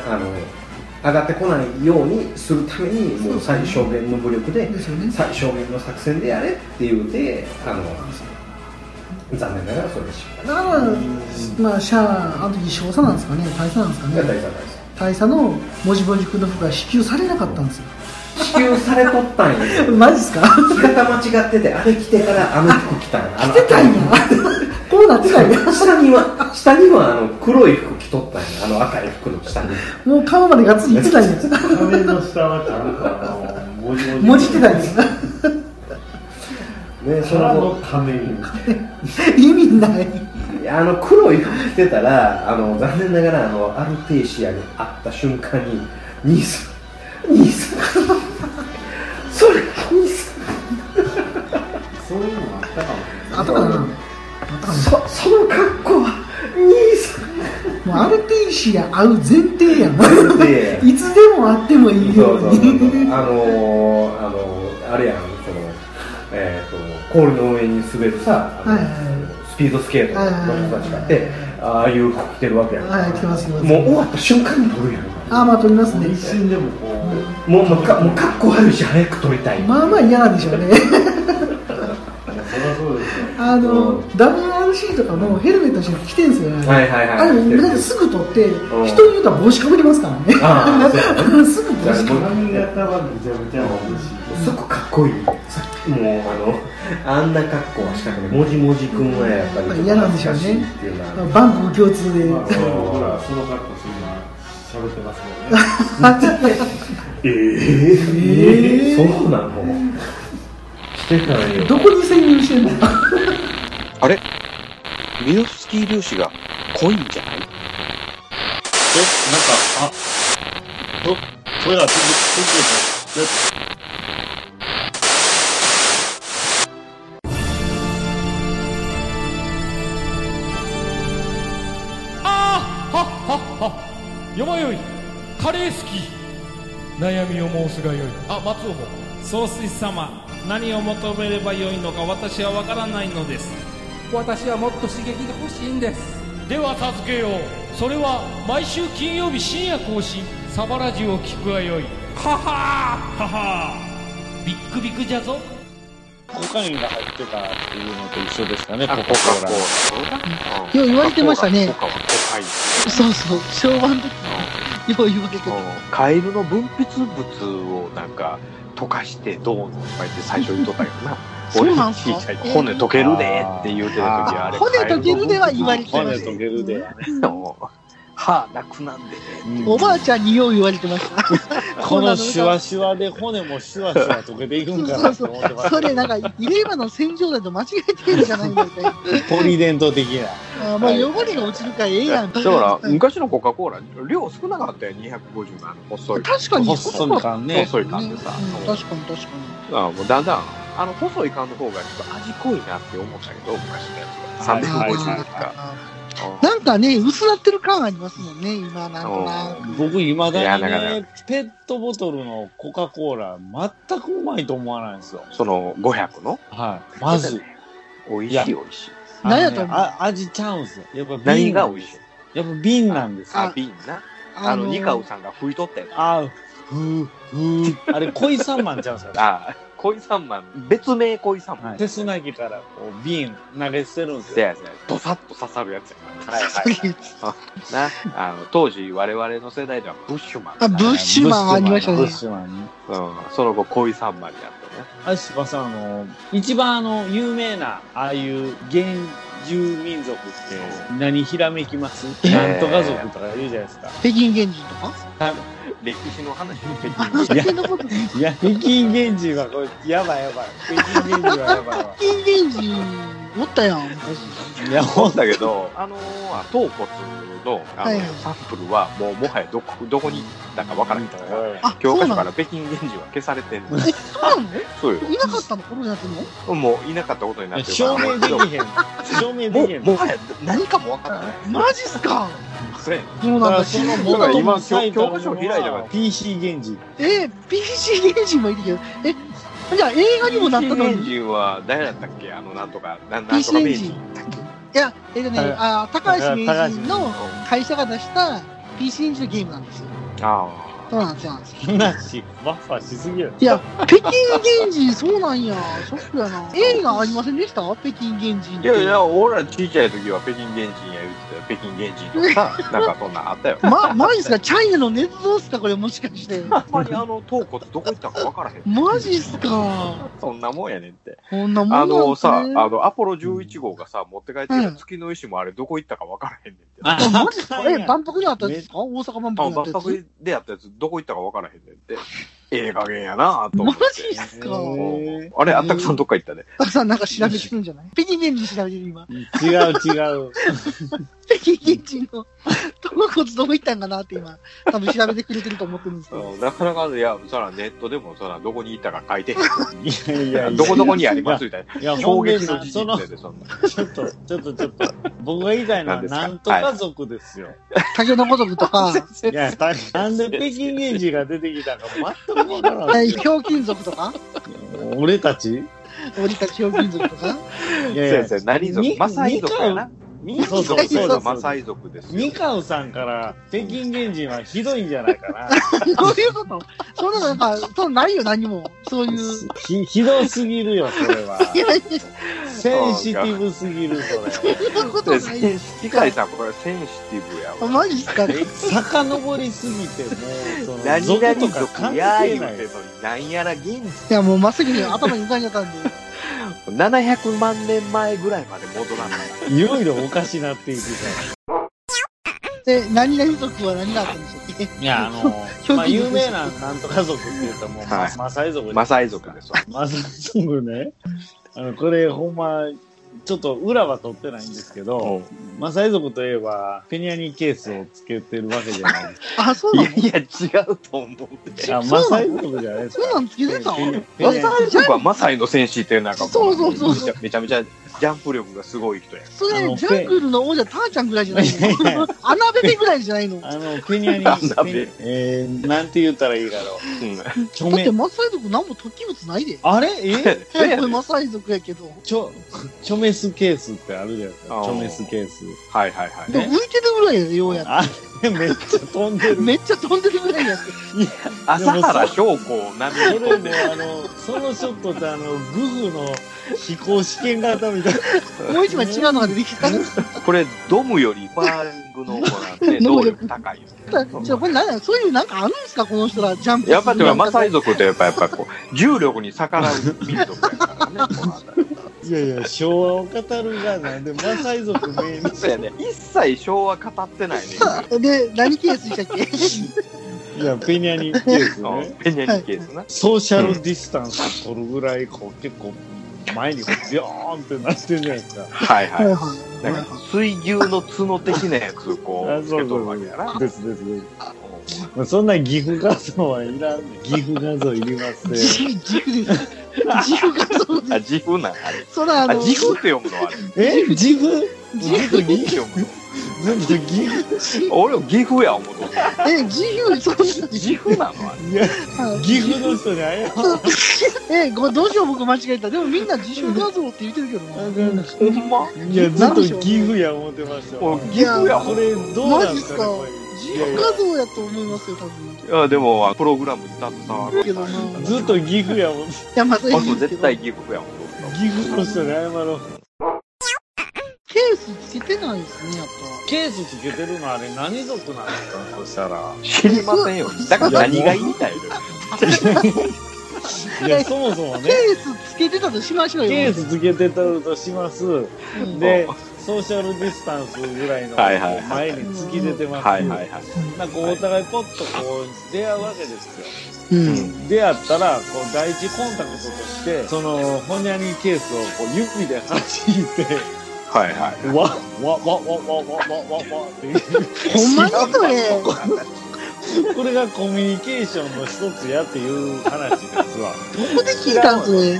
[SPEAKER 3] 上がってこないようにするためにもう最小限の武力で
[SPEAKER 2] ですよね
[SPEAKER 3] 最小限の作戦でやれって言うてあの残念ながらそれが失敗
[SPEAKER 2] だからまあシャアあの時少佐なんですかね大佐なんですか
[SPEAKER 3] が
[SPEAKER 2] ね
[SPEAKER 3] 大差大差
[SPEAKER 2] 大佐のもじもじくんの服が支給されなかったんですよ
[SPEAKER 3] 支給されとったんや
[SPEAKER 2] マジっすか
[SPEAKER 3] 着方間違っててあれ着てからあの服着たんやあの
[SPEAKER 2] 着てたんやこうなってたんや
[SPEAKER 3] 下には下にはあの黒い服着とったんやあの赤い服の下に
[SPEAKER 2] もう顔までがっつりいってたんや
[SPEAKER 6] 壁の下はちゃんとあの文字
[SPEAKER 2] もじってたんや
[SPEAKER 3] ねそ
[SPEAKER 6] 空
[SPEAKER 3] の
[SPEAKER 6] の
[SPEAKER 3] 後
[SPEAKER 6] ために
[SPEAKER 2] 意味ない
[SPEAKER 3] いやあの黒い服着てたらあの残念ながらあのアルテイシアに会った瞬間に「兄さん兄さんそれ兄さ
[SPEAKER 6] そういうのもあったかもしれ
[SPEAKER 2] あったかなあったか
[SPEAKER 3] ん
[SPEAKER 2] な
[SPEAKER 3] そその格好は兄さん」
[SPEAKER 2] もうアルテイシア会う前提やん
[SPEAKER 3] で
[SPEAKER 2] いつでも会ってもいい
[SPEAKER 3] そ
[SPEAKER 2] よ
[SPEAKER 3] うそううそうそう
[SPEAKER 2] に
[SPEAKER 3] あのー、あのー、あれやんそのえっ、と氷の上に滑るさ、あの
[SPEAKER 2] はいはいは
[SPEAKER 3] スピードスケートの人たちがあって、ああいう服着てるわけやん、
[SPEAKER 2] はい来てます来てます
[SPEAKER 3] もう終わった瞬間に撮るやん
[SPEAKER 2] あーまあ撮ります
[SPEAKER 6] ない
[SPEAKER 2] ね
[SPEAKER 6] 一瞬でもこう
[SPEAKER 3] もうもうかもう格好悪いし早く撮りたい、
[SPEAKER 2] まあまあ嫌なんで しょうね
[SPEAKER 6] いやそりゃそうですよ
[SPEAKER 2] あの
[SPEAKER 3] うん
[SPEAKER 2] WRC とかもヘルメットして着てんすよね、
[SPEAKER 3] はいはいはい
[SPEAKER 2] あれもみんなですぐ取って人に言うたら帽子かぶりますからね
[SPEAKER 3] あーそう
[SPEAKER 2] すぐ帽子かぶ
[SPEAKER 6] 髪型はぐちゃぐちゃなんですし
[SPEAKER 3] すごくかっこいいもうあのあんな格好はしたくないもじもじくんはやっぱり
[SPEAKER 2] 嫌なんでしょうね
[SPEAKER 3] 恥ずかしいっていうのは
[SPEAKER 2] バンコク共通で、
[SPEAKER 6] まあ、僕らその格好して今喋ってますもんね
[SPEAKER 2] え
[SPEAKER 3] ええ
[SPEAKER 2] ー
[SPEAKER 3] そうなのしてないよ
[SPEAKER 2] どこに潜入してんの
[SPEAKER 7] あれミノフスキー粒子が濃いんじゃない
[SPEAKER 8] え、なんか、あ、と、これは、ちょっと、ちょっと、
[SPEAKER 9] あーはっはっはよまよいカレー好き悩みを申すがよいあ松尾も
[SPEAKER 10] 総帥様何を求めればよいのか私は分からないのです
[SPEAKER 11] 私はもっと刺激が欲しいんです
[SPEAKER 9] では授けようそれは毎週金曜日深夜更新サバラジを聞くがよいははーははービックビックじゃぞ
[SPEAKER 8] コカインが入ってたっていうのと一緒ですかね、コカ・コーラ。
[SPEAKER 7] よ
[SPEAKER 2] よう言われてましたねそうそう昭和の時よう言われて
[SPEAKER 7] カエルの分泌物をなんか溶かしてどうのとか言って最初言っとったけどな
[SPEAKER 11] そうなんすか
[SPEAKER 7] 俺聞いちゃい骨溶けるでって言うてる時はあれ
[SPEAKER 11] 骨溶けるでは言われて
[SPEAKER 8] 骨
[SPEAKER 11] ま
[SPEAKER 8] 溶けるで。
[SPEAKER 7] るの歯なくなんでね
[SPEAKER 11] おばあちゃんによう言われてました
[SPEAKER 8] このシュワシュワで骨もシュワシュワ溶けていくんかなと思ってまし
[SPEAKER 11] それなんか入れ歯の洗浄だと間違えてるじゃないのかい
[SPEAKER 8] た。ポリデント的な。
[SPEAKER 11] あーまあ汚れが落ちるからええやん
[SPEAKER 7] だから昔のコカ・コーラ量少なかったよ250のあの細い
[SPEAKER 11] 確かに
[SPEAKER 8] 細い缶ね。
[SPEAKER 7] 細い缶でさ、
[SPEAKER 11] うん確かに確か
[SPEAKER 7] あもうだんだんあの細い缶の方がちょっと味濃いなって思ったけど昔のやつが
[SPEAKER 8] はい
[SPEAKER 7] 350と
[SPEAKER 11] に
[SPEAKER 7] か、うん
[SPEAKER 11] なんかね薄なってる感ありますもんね今なんとなく
[SPEAKER 8] 僕、いま
[SPEAKER 7] い
[SPEAKER 8] だ
[SPEAKER 7] や
[SPEAKER 8] に
[SPEAKER 7] だから
[SPEAKER 8] ね、ペットボトルのコカ・コーラ、全くうまいと思わないんですよ。
[SPEAKER 7] その500の
[SPEAKER 8] はい。まず。
[SPEAKER 7] 美味しい美味しい
[SPEAKER 8] あのね
[SPEAKER 11] 何やと思う
[SPEAKER 8] あ味ちゃうんですよ。やっぱ瓶。
[SPEAKER 7] 何が美味しい
[SPEAKER 8] やっぱ瓶なんですよ。
[SPEAKER 7] あ瓶なあの、ニカウさんが吹いとったやつ。
[SPEAKER 1] ああ、ふう、ふう。あれ、恋三万ちゃうんですか
[SPEAKER 7] ああ、恋三万、別名恋三万。
[SPEAKER 1] 手砂ぎからこう瓶投げ捨てるんです
[SPEAKER 7] せ
[SPEAKER 1] よ。
[SPEAKER 7] やせや、ドサッと刺さるやつや。はいはい。な、あの、当時我々の世代ではブッシュマン。
[SPEAKER 11] あ、ブッシュマンありました
[SPEAKER 1] ブッ
[SPEAKER 11] ね。
[SPEAKER 1] シュマンね。
[SPEAKER 7] うん、その後恋三万になったね。
[SPEAKER 1] あれ、柴さん、あの、一番あの、有名な、ああいう原住民族って何ひらめきます
[SPEAKER 7] えー
[SPEAKER 1] なんとか族とか言うじゃないですか。
[SPEAKER 11] 北京原人とか
[SPEAKER 7] 歴史の話に出て
[SPEAKER 11] あ、
[SPEAKER 7] き
[SPEAKER 11] 北京のこと。北
[SPEAKER 1] いや、北京原人はこれ、やばいやばい。北京原人はやばいわ。
[SPEAKER 11] 京原人、おったやん、昔。
[SPEAKER 1] いや、
[SPEAKER 7] 思
[SPEAKER 1] ほ
[SPEAKER 7] うんんだ けど、あのー、頭骨のあの、
[SPEAKER 11] はい
[SPEAKER 7] サンプルは、もうもはやどこどこに行ったかわからへんから、
[SPEAKER 11] あ、
[SPEAKER 7] 教科
[SPEAKER 11] そ
[SPEAKER 7] 書
[SPEAKER 11] うな
[SPEAKER 7] か
[SPEAKER 11] の
[SPEAKER 7] ら北京原人は消されてんの。
[SPEAKER 11] え、そうなの
[SPEAKER 7] そうよ。
[SPEAKER 11] いなかったのこのじゃなくても
[SPEAKER 7] もういなかったことになってるか
[SPEAKER 1] 証
[SPEAKER 7] ら
[SPEAKER 1] 明できへん。証明
[SPEAKER 7] も
[SPEAKER 1] できへ。
[SPEAKER 7] うんもはや何かも分からない。
[SPEAKER 11] マジっすか
[SPEAKER 7] それ
[SPEAKER 11] そ
[SPEAKER 1] だ
[SPEAKER 11] うな
[SPEAKER 1] か
[SPEAKER 11] ん
[SPEAKER 1] ら
[SPEAKER 11] だ。
[SPEAKER 1] その
[SPEAKER 7] だから
[SPEAKER 1] 元
[SPEAKER 7] 今
[SPEAKER 1] の埼玉の
[SPEAKER 7] 教科書開いたから
[SPEAKER 1] PC 源氏。
[SPEAKER 11] え、PC 原人もいるけど、え、じゃあ映画にもなったの
[SPEAKER 7] 原
[SPEAKER 11] に。い
[SPEAKER 7] 人は誰だったっけあの、なんとか、なんなんとか名人だっけ
[SPEAKER 11] や、えっとね、あ高橋名
[SPEAKER 1] 高橋
[SPEAKER 11] 人の会社が出した PC 原人のゲームなんですよ。
[SPEAKER 7] あ
[SPEAKER 11] そうなんですよ。そうなんです
[SPEAKER 1] 話、
[SPEAKER 11] よ
[SPEAKER 1] バッファしすぎやろ。
[SPEAKER 11] いや、北京原人、そうなんや。ショックやな。映画ありませんでした北京原人っ
[SPEAKER 7] あ。い
[SPEAKER 11] て。
[SPEAKER 7] やいや、俺らちっちゃい時は北京原人や言ってたよ北京原人とか さ、なんかそんなんあったよ。
[SPEAKER 11] ま、マジっすかチャイナの捏造っすかこれもしかして。
[SPEAKER 7] あんまりあの頭骨どこ行ったか分からへん。
[SPEAKER 11] マジっすか
[SPEAKER 7] そんなもんやねんって。
[SPEAKER 11] こんなもんな
[SPEAKER 7] あ
[SPEAKER 11] んですね
[SPEAKER 7] のさ、あの、アポロ11号がさ、持って帰ってきた月の石もあれどこ行ったか分からへんねんって。あ、
[SPEAKER 11] あマジっすかえ、万博にあったやつですか大阪万博にあ
[SPEAKER 7] 万
[SPEAKER 11] ったやつ
[SPEAKER 7] 博でやったやつどこ行ったか分からへんねんって。ええ加減やなと思
[SPEAKER 11] マ
[SPEAKER 7] って。
[SPEAKER 11] ジっすか
[SPEAKER 7] うんあれ、あったくさんどっか行ったね。
[SPEAKER 11] あさんなんか調べてるんじゃない北京原人調べてる今。
[SPEAKER 1] 違う違う。
[SPEAKER 11] 北京原人の頭骨どこ行ったんかなって今、多分調べてくれてると思ってるんですけど。
[SPEAKER 7] うんなかなかね、いや、そらネットでもそらどこに行ったか書いてへん
[SPEAKER 1] いやいやいや。
[SPEAKER 7] どこどこにありますみたいな。
[SPEAKER 1] いや、
[SPEAKER 7] 衝
[SPEAKER 1] 衝
[SPEAKER 7] 撃
[SPEAKER 1] 撃
[SPEAKER 7] の
[SPEAKER 1] の
[SPEAKER 7] 事
[SPEAKER 1] その
[SPEAKER 7] 実や、で、そんな。
[SPEAKER 1] ちょっと、ちょっと、ちょっと、僕が言いたいのは、な
[SPEAKER 7] 何
[SPEAKER 1] ん
[SPEAKER 7] です
[SPEAKER 1] と
[SPEAKER 7] か
[SPEAKER 1] か族ですよ。
[SPEAKER 11] 竹の子族とか、
[SPEAKER 1] い や、たなんで北京源氏が出てきたか全くわからな
[SPEAKER 11] え
[SPEAKER 1] い。
[SPEAKER 11] ひょうきん族とか、
[SPEAKER 1] 俺たち
[SPEAKER 11] 俺たちひょうきん族とか、
[SPEAKER 1] い
[SPEAKER 7] そうやそうや何族
[SPEAKER 1] に
[SPEAKER 7] マサイ族やな。
[SPEAKER 1] ニカウそうそう
[SPEAKER 7] そ
[SPEAKER 1] そうう
[SPEAKER 7] そ、
[SPEAKER 1] そうう。
[SPEAKER 7] マサイ族ですよ。
[SPEAKER 1] ニカウさんから北京原人はひどいんじゃないかな。
[SPEAKER 11] そういうことそんなのなんか、そうないよ何も。そういう。
[SPEAKER 1] ひ、ひどすぎるよ、それは。
[SPEAKER 11] いやい
[SPEAKER 1] センシティブすぎる、それ。
[SPEAKER 11] や、そんなことないよ。
[SPEAKER 7] 機械さん、これセンシティブやわ。
[SPEAKER 11] マジっすか
[SPEAKER 1] 遡りすぎて、もう、その、
[SPEAKER 7] 何
[SPEAKER 1] 族と
[SPEAKER 7] 々
[SPEAKER 1] か
[SPEAKER 7] 族
[SPEAKER 1] 関
[SPEAKER 7] や
[SPEAKER 1] 係
[SPEAKER 7] 言
[SPEAKER 1] な
[SPEAKER 7] う
[SPEAKER 1] い
[SPEAKER 7] てん。のに、なんやら現
[SPEAKER 11] いや、もうまっすぐに頭に浮かんじゃったんで。
[SPEAKER 7] 700万年前ぐらいまで戻らない。
[SPEAKER 1] いろいろおかしなっていくから。
[SPEAKER 11] で、何々族は何があったんでしょうね。
[SPEAKER 1] いや、あの、まあ、有名ななんとか族って言うともう、
[SPEAKER 7] はい
[SPEAKER 1] マサイ族です
[SPEAKER 7] マサイ族ですわ。
[SPEAKER 1] マサイ族ね。あの、これほんま、ちょっと裏は取ってないんですけど、マサイ族といえば、ペニャニケースをつけてるわけじゃないです
[SPEAKER 11] あ、そう
[SPEAKER 7] い
[SPEAKER 11] な
[SPEAKER 7] や
[SPEAKER 11] の
[SPEAKER 7] いや、違うと思うで。
[SPEAKER 1] か。あマサイ族じゃないです
[SPEAKER 11] そうな
[SPEAKER 1] か。
[SPEAKER 11] んつけてた
[SPEAKER 1] ペニャペニ
[SPEAKER 7] マ
[SPEAKER 1] ャニ
[SPEAKER 7] サイ族はマサイの戦士っていうなんか、
[SPEAKER 11] そうそうそうそう
[SPEAKER 7] めちゃめちゃジャンプ力がすごい人や。
[SPEAKER 11] そ
[SPEAKER 1] あ
[SPEAKER 11] れ、
[SPEAKER 1] の
[SPEAKER 11] ジャングルの王者ターちゃんぐらいじゃない
[SPEAKER 1] いやいや
[SPEAKER 11] の穴べべぐらいじゃないのだ
[SPEAKER 1] あの、ペニャ
[SPEAKER 7] なん
[SPEAKER 1] ニ
[SPEAKER 7] だ
[SPEAKER 1] ペニ、えー、なんて言ったらいいだろ
[SPEAKER 7] う
[SPEAKER 1] う。ちょ
[SPEAKER 11] って
[SPEAKER 1] め、
[SPEAKER 11] マサイ族何も突起物ないで。
[SPEAKER 1] あれえ
[SPEAKER 11] これマサイ族やけど。
[SPEAKER 1] ちょ、ちょめすケースってあるじゃないですか。
[SPEAKER 7] あー
[SPEAKER 1] ちょめすケース。
[SPEAKER 7] はいはいはい。
[SPEAKER 11] でも浮いてるぐらいやで、ようやっ
[SPEAKER 1] あれ、めっちゃ飛んで
[SPEAKER 11] て。
[SPEAKER 1] る。
[SPEAKER 11] めっちゃ飛んでるぐらいやって。
[SPEAKER 7] 朝原翔子並み
[SPEAKER 1] そ
[SPEAKER 7] に飛
[SPEAKER 1] れ
[SPEAKER 7] ん
[SPEAKER 1] も
[SPEAKER 7] で、
[SPEAKER 1] あの、そのショットってあの、グフの飛行試験型みたいな。
[SPEAKER 11] もう一枚違うのが出てきた。ち
[SPEAKER 7] これ、ドムよりパーリングの方なんで、能力高いよ。
[SPEAKER 11] ょ、ちょこれ何だそういうなんかあるんですかこの人ら、ジャンプ。
[SPEAKER 7] やっぱでもマサイ
[SPEAKER 11] 族。
[SPEAKER 7] 族ってやっぱやっぱこう重力に逆らう民族や からね。この辺り
[SPEAKER 1] いやいや、昭和を語るがなんで、マサイ族メインに。
[SPEAKER 7] そうやね。一切昭和語ってないね。
[SPEAKER 11] で、何ケースでしたっけ
[SPEAKER 1] いや、ペニャニケース
[SPEAKER 7] 今
[SPEAKER 1] ね。
[SPEAKER 7] ペニャニケースな。
[SPEAKER 1] ソーシャルディスタンス取るぐらい、こう、結構、前にこう、ビョーンってなってるじゃないですか。
[SPEAKER 7] はい
[SPEAKER 11] はい
[SPEAKER 7] は。
[SPEAKER 11] はいい。
[SPEAKER 7] なんか水牛の角的なやつこ
[SPEAKER 1] あ
[SPEAKER 7] うつ
[SPEAKER 1] そ
[SPEAKER 7] け
[SPEAKER 1] う
[SPEAKER 7] と
[SPEAKER 1] そ
[SPEAKER 7] るわ
[SPEAKER 1] う
[SPEAKER 7] けや な。
[SPEAKER 1] そう。ですですです。まあ、そんな岐阜画像はいらんね。岐阜画像いりません。
[SPEAKER 11] ジフ、ジフです。ジフがそうで
[SPEAKER 7] あ、
[SPEAKER 11] す。
[SPEAKER 7] ジフなんあれ。
[SPEAKER 11] そら、あ
[SPEAKER 7] あ、
[SPEAKER 11] の、
[SPEAKER 7] ジフって読むのあれ。
[SPEAKER 1] え岐阜
[SPEAKER 11] ジ
[SPEAKER 1] ずっと
[SPEAKER 11] フ、
[SPEAKER 1] 岐
[SPEAKER 7] って読むの。
[SPEAKER 1] ずっと岐阜
[SPEAKER 7] 俺も岐阜や思うとった。
[SPEAKER 11] え、ジフ、そんな
[SPEAKER 7] ジフなのあれ。
[SPEAKER 1] いや、
[SPEAKER 11] は い
[SPEAKER 1] 岐阜の人に謝る。
[SPEAKER 11] え、ごどうしよう僕間違えた。でもみんな自主画像って言ってるけど
[SPEAKER 1] あ
[SPEAKER 11] な。
[SPEAKER 1] かん
[SPEAKER 7] ほんま
[SPEAKER 1] いや、ずっと岐阜や思ってました。
[SPEAKER 7] 俺岐阜や思
[SPEAKER 1] こ
[SPEAKER 7] うとっ
[SPEAKER 1] れ、どうなん
[SPEAKER 11] マジ
[SPEAKER 1] で
[SPEAKER 11] っ
[SPEAKER 1] す
[SPEAKER 11] す
[SPEAKER 1] か
[SPEAKER 11] か
[SPEAKER 1] ねこれ
[SPEAKER 11] 自由画像やと思いますよ、多分。
[SPEAKER 7] いや、でも、プログラムに携わる。
[SPEAKER 11] けどな。
[SPEAKER 1] ずっとギフやもん。
[SPEAKER 11] いや、まずい
[SPEAKER 7] あと
[SPEAKER 11] ですけ
[SPEAKER 7] 絶
[SPEAKER 11] ど。
[SPEAKER 7] 対ギフやもん。
[SPEAKER 1] ギフの人に謝ろう。
[SPEAKER 11] ケースつけてないですね、やっ
[SPEAKER 1] ケースつけてるのあれ何族なんですかそしたら。
[SPEAKER 7] 知りませんよ。だから何が言いたいのよ。
[SPEAKER 1] いや、そもそも
[SPEAKER 11] ぱ。
[SPEAKER 1] ね
[SPEAKER 11] ケ。ースつけてたとしましょうよ。
[SPEAKER 1] ケースつけてたるとします。
[SPEAKER 11] うん
[SPEAKER 1] で、ソーシャルディスタンスぐらいの
[SPEAKER 7] はいはいはい
[SPEAKER 1] 前に突き出てます。
[SPEAKER 7] はいはいはい。
[SPEAKER 1] なんかお互いポッとこう出会うわけですよ。
[SPEAKER 11] うん。
[SPEAKER 1] 出会ったら、こう第一コンタクトとして、その、ほにゃにケースをこう指で弾いて、
[SPEAKER 7] はいはい。
[SPEAKER 1] わわわわわわわわわっていう。
[SPEAKER 11] ほんまにそれ。
[SPEAKER 1] これがコミュニケーションの一つやっていう話ですわ。
[SPEAKER 11] ここで聞いたんそれ。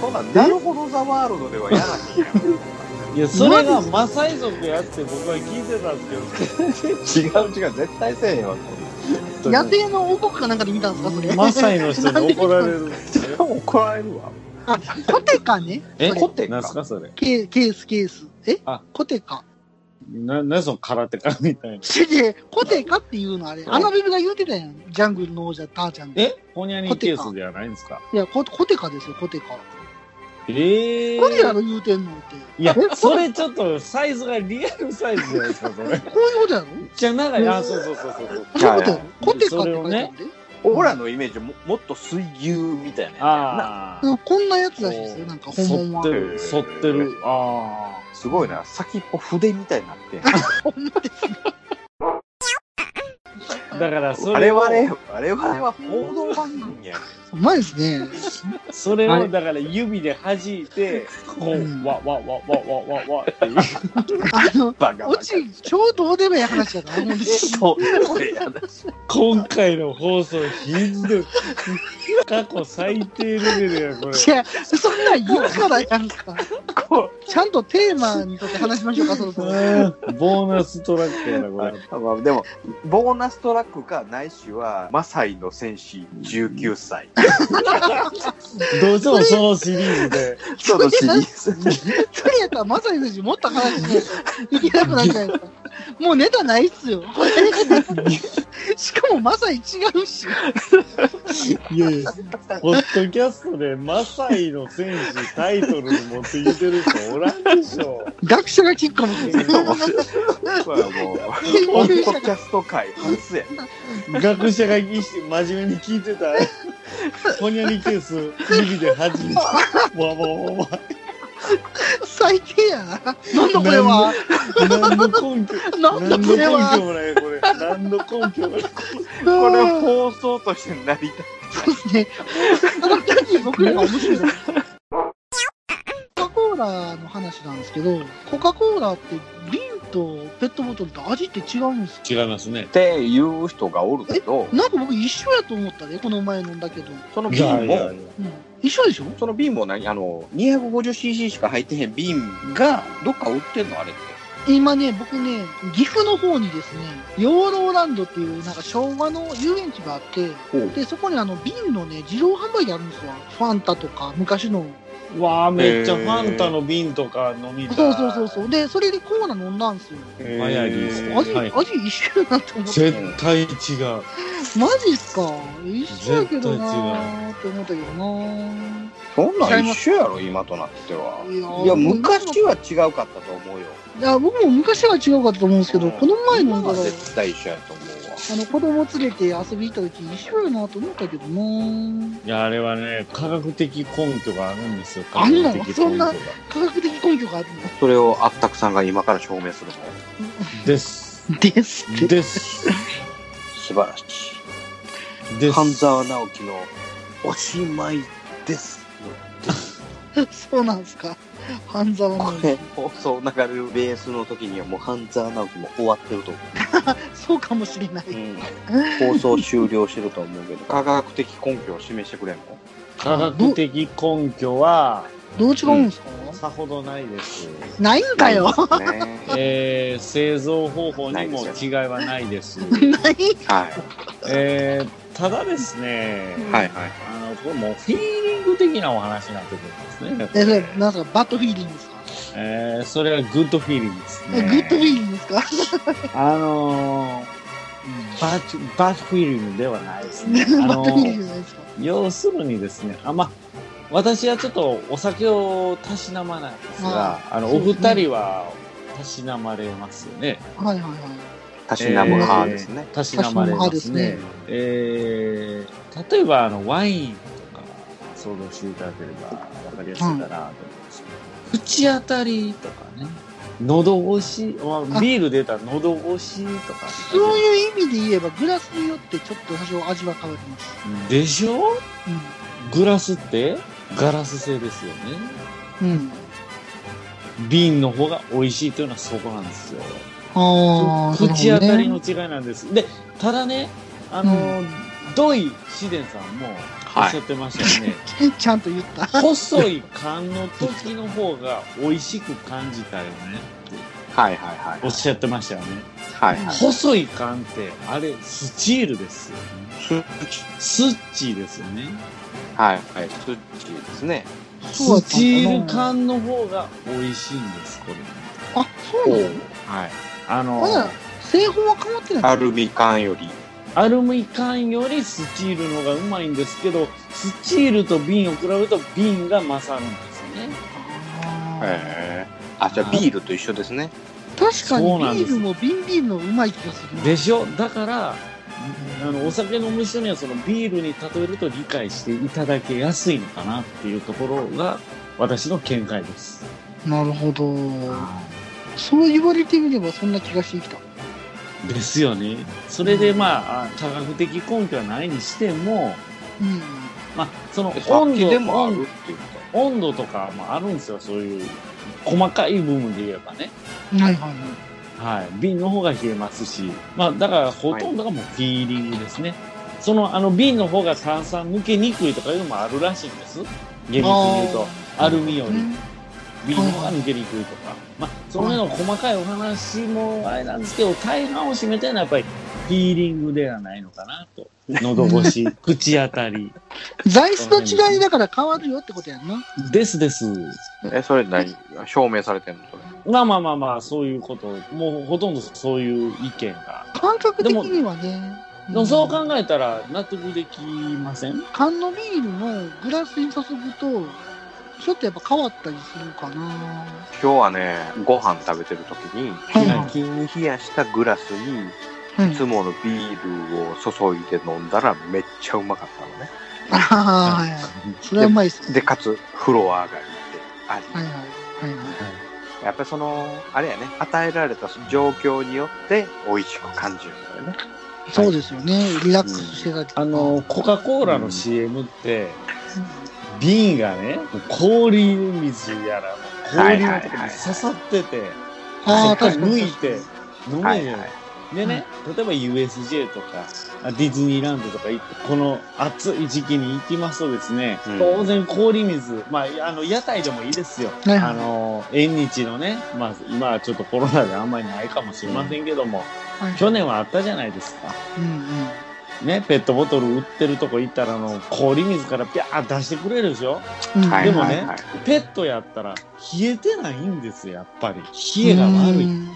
[SPEAKER 7] そんなん、なるほどザワールドではやらしいやん。
[SPEAKER 1] いや、それがマサイ族やって僕は聞いてたんです
[SPEAKER 7] 違う違う、絶対せえへんわ。
[SPEAKER 1] けど。
[SPEAKER 11] 野生の王国かなんかで見たんですか、それ。
[SPEAKER 1] マサイの人に怒られる。
[SPEAKER 7] 怒られるわ。
[SPEAKER 11] あ、コテカね。
[SPEAKER 7] え、
[SPEAKER 11] それ
[SPEAKER 7] コテ
[SPEAKER 1] 何
[SPEAKER 7] か
[SPEAKER 1] す。かそれ。
[SPEAKER 11] ケーケース、ケース。え
[SPEAKER 1] あ
[SPEAKER 11] コテカ。
[SPEAKER 1] な、な、その空手家みたいな。
[SPEAKER 11] ちげコテカっていうのあれ。アナベルが言うてたやん。ジャングルの王者、ターちゃんが。い
[SPEAKER 1] えホニャニケースではないんですか
[SPEAKER 11] や、ココテカですよ、コテカ。
[SPEAKER 1] ええ
[SPEAKER 11] コテカの言うてんのって。
[SPEAKER 1] いや、それちょっとサイズがリアルサイズじゃないですか、それ。めっ
[SPEAKER 11] こういうことやろ
[SPEAKER 1] ちゃ長い。あ、そうそうそうそうそう。
[SPEAKER 11] こういうことやろ
[SPEAKER 7] はい
[SPEAKER 11] コテカって書いてあるで。
[SPEAKER 7] 俺らのイメージももっと水牛みたいなやつ
[SPEAKER 1] あ
[SPEAKER 11] う
[SPEAKER 1] あ。
[SPEAKER 11] んこんなやつらしいですよ、なんか本
[SPEAKER 1] 反
[SPEAKER 11] 物
[SPEAKER 1] って
[SPEAKER 11] は。
[SPEAKER 1] る、反ってる。あ
[SPEAKER 7] すごいな先っぽ筆みたいになってん
[SPEAKER 1] あ。だから、そ
[SPEAKER 7] あ
[SPEAKER 1] れ
[SPEAKER 7] れ
[SPEAKER 1] を、
[SPEAKER 7] はね我々は報道番組や
[SPEAKER 11] うまいですね。
[SPEAKER 1] それ
[SPEAKER 11] あ
[SPEAKER 1] を、
[SPEAKER 11] れ
[SPEAKER 1] だから指で弾いて、こ
[SPEAKER 11] うん
[SPEAKER 1] う、わ、わ、わ、わ、わ、わ、わっていう。
[SPEAKER 11] あの、
[SPEAKER 7] バカバ
[SPEAKER 11] オ
[SPEAKER 7] カ
[SPEAKER 11] チ、超どうでもいい話やか ら、もうね
[SPEAKER 7] そう俺やだ
[SPEAKER 1] 今回の放送、ひどい。過去最低レベルや、これ。
[SPEAKER 11] いや、そんなん言うからやんか。ちゃんとテーマにとって話しましょうか、そろそろ。
[SPEAKER 1] うんボーナストラックやな、これ。
[SPEAKER 7] まあでもボーナストラックかないしはマサイの戦士19歳
[SPEAKER 1] どうしてもそのシリーズで。
[SPEAKER 7] そのシリーズ
[SPEAKER 11] それやったら、まさに選手もっと話しないといけなくなるじゃないですか。もうネタないっす よ。これしかも、まさに違うし。
[SPEAKER 1] いやいや、ポッドキャストでマサイの選手タイトルに持ってきてる人おらんでしょ。
[SPEAKER 11] 学者が聞くかもしれない。
[SPEAKER 7] これはもうポッドキャスト界初や
[SPEAKER 1] 学者が聞いて真面目に聞いて た。ほにゃにケース、指で弾い て。わわわわ。
[SPEAKER 11] 最低やな。なんだこれは。
[SPEAKER 1] 何の根拠、
[SPEAKER 11] なんだ
[SPEAKER 1] 何の根
[SPEAKER 11] これ
[SPEAKER 1] 拠
[SPEAKER 11] は。
[SPEAKER 1] もない、これ。何の根拠もない。
[SPEAKER 7] これは放送として成り立っ
[SPEAKER 11] そうですね。ただ単に僕らが面白いだけ。コカ・コーラの話なんですけど、コカ・コーラって瓶とペットボトルと味って違うんです よ
[SPEAKER 1] 違いますね。
[SPEAKER 7] ていう人がおるけど
[SPEAKER 11] なんか僕一緒やと思ったで、この前飲んだけど。
[SPEAKER 7] その
[SPEAKER 1] いや
[SPEAKER 7] 瓶
[SPEAKER 1] いや
[SPEAKER 7] も
[SPEAKER 1] いや
[SPEAKER 11] うん、一緒でしょ
[SPEAKER 7] その瓶も何あの 250cc しか入ってへん瓶がどっか売ってんのあれって
[SPEAKER 11] 今ね、僕ね、岐阜の方にですね、養老ランドっていう、なんか昭和の遊園地があって、
[SPEAKER 7] ほう
[SPEAKER 11] で、そこにあの瓶のね、自動販売機あるんですわ。ファンタとか、昔の。
[SPEAKER 1] わあ、めっちゃファンタの瓶とか飲みたい。
[SPEAKER 11] そうそうそうそう。で、それでコーラ飲んだんですよ。
[SPEAKER 1] 早いですね
[SPEAKER 11] 味、
[SPEAKER 1] はい
[SPEAKER 11] 味一緒やなって思って。
[SPEAKER 1] 絶対違う。
[SPEAKER 11] マジっすか一緒やけどなーって思ったけどなー
[SPEAKER 7] そん
[SPEAKER 11] な
[SPEAKER 7] なんん
[SPEAKER 11] 一
[SPEAKER 7] 一緒やろ今となっては。
[SPEAKER 11] いやー
[SPEAKER 7] いや昔は違うかったと思うよ。
[SPEAKER 11] いや、僕も昔は違うかったと思うんですけど、この前の
[SPEAKER 7] 今
[SPEAKER 11] だ
[SPEAKER 7] は
[SPEAKER 11] から、
[SPEAKER 7] 絶対一緒やと思うわ。
[SPEAKER 11] あの、子供連れて遊び行った時一緒やなと思ったけどなー
[SPEAKER 1] いや、あれはね、科学的根拠があるんですよ。科
[SPEAKER 11] あん
[SPEAKER 1] 学
[SPEAKER 11] の
[SPEAKER 1] 的
[SPEAKER 11] そんな
[SPEAKER 1] 根拠が
[SPEAKER 11] 科学的根拠がある
[SPEAKER 7] それをあったくさんが今から証明するの。
[SPEAKER 1] です。
[SPEAKER 11] のですって。
[SPEAKER 1] です。
[SPEAKER 7] 素晴らし
[SPEAKER 1] で
[SPEAKER 7] い。
[SPEAKER 1] す。
[SPEAKER 7] 半沢直樹のおしまいです。
[SPEAKER 11] そうなんですか。半沢
[SPEAKER 7] こ
[SPEAKER 11] 直樹
[SPEAKER 7] れ放送流れるベースの時にはもう半沢直樹も終わってると思
[SPEAKER 11] そうかもしれない。
[SPEAKER 7] う。放送終了してると思うけど、科学的根拠を示してくれんの
[SPEAKER 1] 科学的根拠は、
[SPEAKER 11] どう違うんですか、
[SPEAKER 1] さほどないです。
[SPEAKER 11] ないんかよ。
[SPEAKER 7] ね
[SPEAKER 1] えー、製造方法にも違いはないです。
[SPEAKER 11] ない
[SPEAKER 7] はい。
[SPEAKER 1] えー、ただですね、
[SPEAKER 7] はいはい。
[SPEAKER 1] あの、これもうフィーリング的なお話になってくるんですね。
[SPEAKER 11] え、それ、なんすか、バッドフィーリングですか、
[SPEAKER 1] えー、それはグッドフィーリングです
[SPEAKER 11] え
[SPEAKER 1] ね。
[SPEAKER 11] グッドフィーリングですか。
[SPEAKER 1] あのー
[SPEAKER 12] バーチバーフィルムではないで すね
[SPEAKER 11] バッテリーじゃないですか。
[SPEAKER 12] 要するにですね、あまあ、私はちょっとお酒をたしなまないんですが、
[SPEAKER 11] あ
[SPEAKER 12] あの、
[SPEAKER 11] そう
[SPEAKER 12] お
[SPEAKER 11] です
[SPEAKER 12] 二
[SPEAKER 11] ね
[SPEAKER 12] 人はたしなまれますよね。
[SPEAKER 11] はいはいはい。
[SPEAKER 3] たしなむ派ですね。
[SPEAKER 12] えーたしなまれますね。えー例えば、あの、ワインとか、想像していただければわかりやすいかなと思いますけど、口当たりとかね、喉越し、まあビールで言ったら喉越しとか、
[SPEAKER 11] そういう意味で言えば、グラスによってちょっと多少味は変わります。
[SPEAKER 12] でしょグラスってガラス製ですよね。
[SPEAKER 11] うん。うん。
[SPEAKER 12] 瓶の方が美味しいというのはそこなんですよ。
[SPEAKER 11] ああ、
[SPEAKER 12] 口当たりの
[SPEAKER 11] なる
[SPEAKER 12] 違いなんです。で、ただね、あのー、土井紫伝さんもおっしゃってましたよね。
[SPEAKER 11] ほどね ちゃんと言った。
[SPEAKER 12] 細い缶の時の方が美味しく感じたよねって
[SPEAKER 3] はいはいはい。
[SPEAKER 12] おっしゃってましたよね。
[SPEAKER 3] はいはい。
[SPEAKER 12] 細い缶って、あれ、スチールですよね。スッチーですよね。
[SPEAKER 3] はいはい。スッチーですね。
[SPEAKER 11] そうだ
[SPEAKER 12] ス
[SPEAKER 11] ったんかな
[SPEAKER 12] チール缶の方が美味しいんです、これ。
[SPEAKER 11] あ、そうなの
[SPEAKER 3] はい。
[SPEAKER 12] あの
[SPEAKER 11] まだ
[SPEAKER 12] ー、
[SPEAKER 11] 製法は変わってない。
[SPEAKER 3] アルミ缶より。
[SPEAKER 12] アルミ缶よりスチールの方がうまいんですけど、スチールと瓶を比べると瓶が勝るんですね。
[SPEAKER 3] へえ。あ、じゃあビールと一緒ですね。
[SPEAKER 11] 確か
[SPEAKER 12] そうなん
[SPEAKER 11] にビ
[SPEAKER 12] で
[SPEAKER 11] ー
[SPEAKER 12] す
[SPEAKER 11] ルも瓶ビールのうまい気がするな。
[SPEAKER 12] でしょだから、あの、お酒飲む人にはそのビールに例えると理解していただけやすいのかなっていうところが私の見解です。
[SPEAKER 11] なるほど。そう言われてみればそんな気がしてきた。
[SPEAKER 12] ですよね。それでまあ、あ科学的根拠はないにしても、
[SPEAKER 11] うん。
[SPEAKER 12] まあ、その
[SPEAKER 3] えさっ
[SPEAKER 12] 温
[SPEAKER 3] き
[SPEAKER 12] 度
[SPEAKER 3] でもあるっていうこと
[SPEAKER 12] 温度とかもあるんですよ。そういう細かい部分で言えばね。
[SPEAKER 11] はいはいはい。
[SPEAKER 12] はい、瓶の方が冷えますし、まあ、だからほとんどがもうフィーリングですね、そのあの瓶の方が炭酸抜けにくいとかいうのもあるらしいんです厳密に言うとアルミより
[SPEAKER 11] うん
[SPEAKER 12] 瓶の方が抜けにくいとか、まあ、その辺の細かいお話もあれなんですけど大半を占めてるのはやっぱりフィーリングではないのかなと喉越し口当たり
[SPEAKER 11] 材質の違いだから変わるよってことやんな。
[SPEAKER 12] ですです
[SPEAKER 3] え、それ何証明されてんのそれ。
[SPEAKER 12] まあまあまあまあそういうこともうほとんどそういう意見が
[SPEAKER 11] 感覚的にはね。
[SPEAKER 12] でもそう
[SPEAKER 11] か。
[SPEAKER 12] 考えたら納得できません
[SPEAKER 11] 缶のビールもグラスに注ぐと、ちょっとやっぱ変わったりするかな。
[SPEAKER 3] 今日はね、ご飯食べてる時に、
[SPEAKER 11] はい
[SPEAKER 3] キンキンに冷やしたグラスに、
[SPEAKER 11] はい
[SPEAKER 3] いつものビールを注いで飲んだらめっちゃうまかったのね。
[SPEAKER 11] あはいはい。それはうまいっすね。
[SPEAKER 3] で、かつ、風呂上がりであり。
[SPEAKER 11] はいはい。はいはい。
[SPEAKER 3] やっぱりその、あれやね、与えられた状況によって美味しく感じるんだよね。
[SPEAKER 11] そうですよね。リラックスしてたりとか。
[SPEAKER 12] あの、コカ・コーラの CM って、瓶がね、氷水やら、氷のとこに刺さってて、
[SPEAKER 11] あ
[SPEAKER 12] そ
[SPEAKER 11] あ、
[SPEAKER 12] っから
[SPEAKER 11] 確かに
[SPEAKER 12] 抜いて飲
[SPEAKER 3] は
[SPEAKER 12] め
[SPEAKER 3] い
[SPEAKER 12] る
[SPEAKER 3] はい。
[SPEAKER 12] でね、例えば USJ とか、あディズニーランドとか行って、この暑い時期に行きますとですね、
[SPEAKER 3] うん
[SPEAKER 12] 当然氷水、まあ、あの、屋台でもいいですよ。
[SPEAKER 11] はいはい
[SPEAKER 12] あの、縁日のね、まあ、今はちょっとコロナであんまりないかもしれませんけども、
[SPEAKER 11] はい
[SPEAKER 12] 去年はあったじゃないですか。
[SPEAKER 11] うんうん。
[SPEAKER 12] ね、ペットボトル売ってるとこ行ったらあの氷水からピャー出してくれるでしょ
[SPEAKER 11] うん
[SPEAKER 3] はい
[SPEAKER 12] でも
[SPEAKER 3] はい
[SPEAKER 12] ね
[SPEAKER 3] はい。
[SPEAKER 12] ペットやったら冷えてないんですよやっぱり冷えが悪
[SPEAKER 11] う
[SPEAKER 12] い
[SPEAKER 11] ん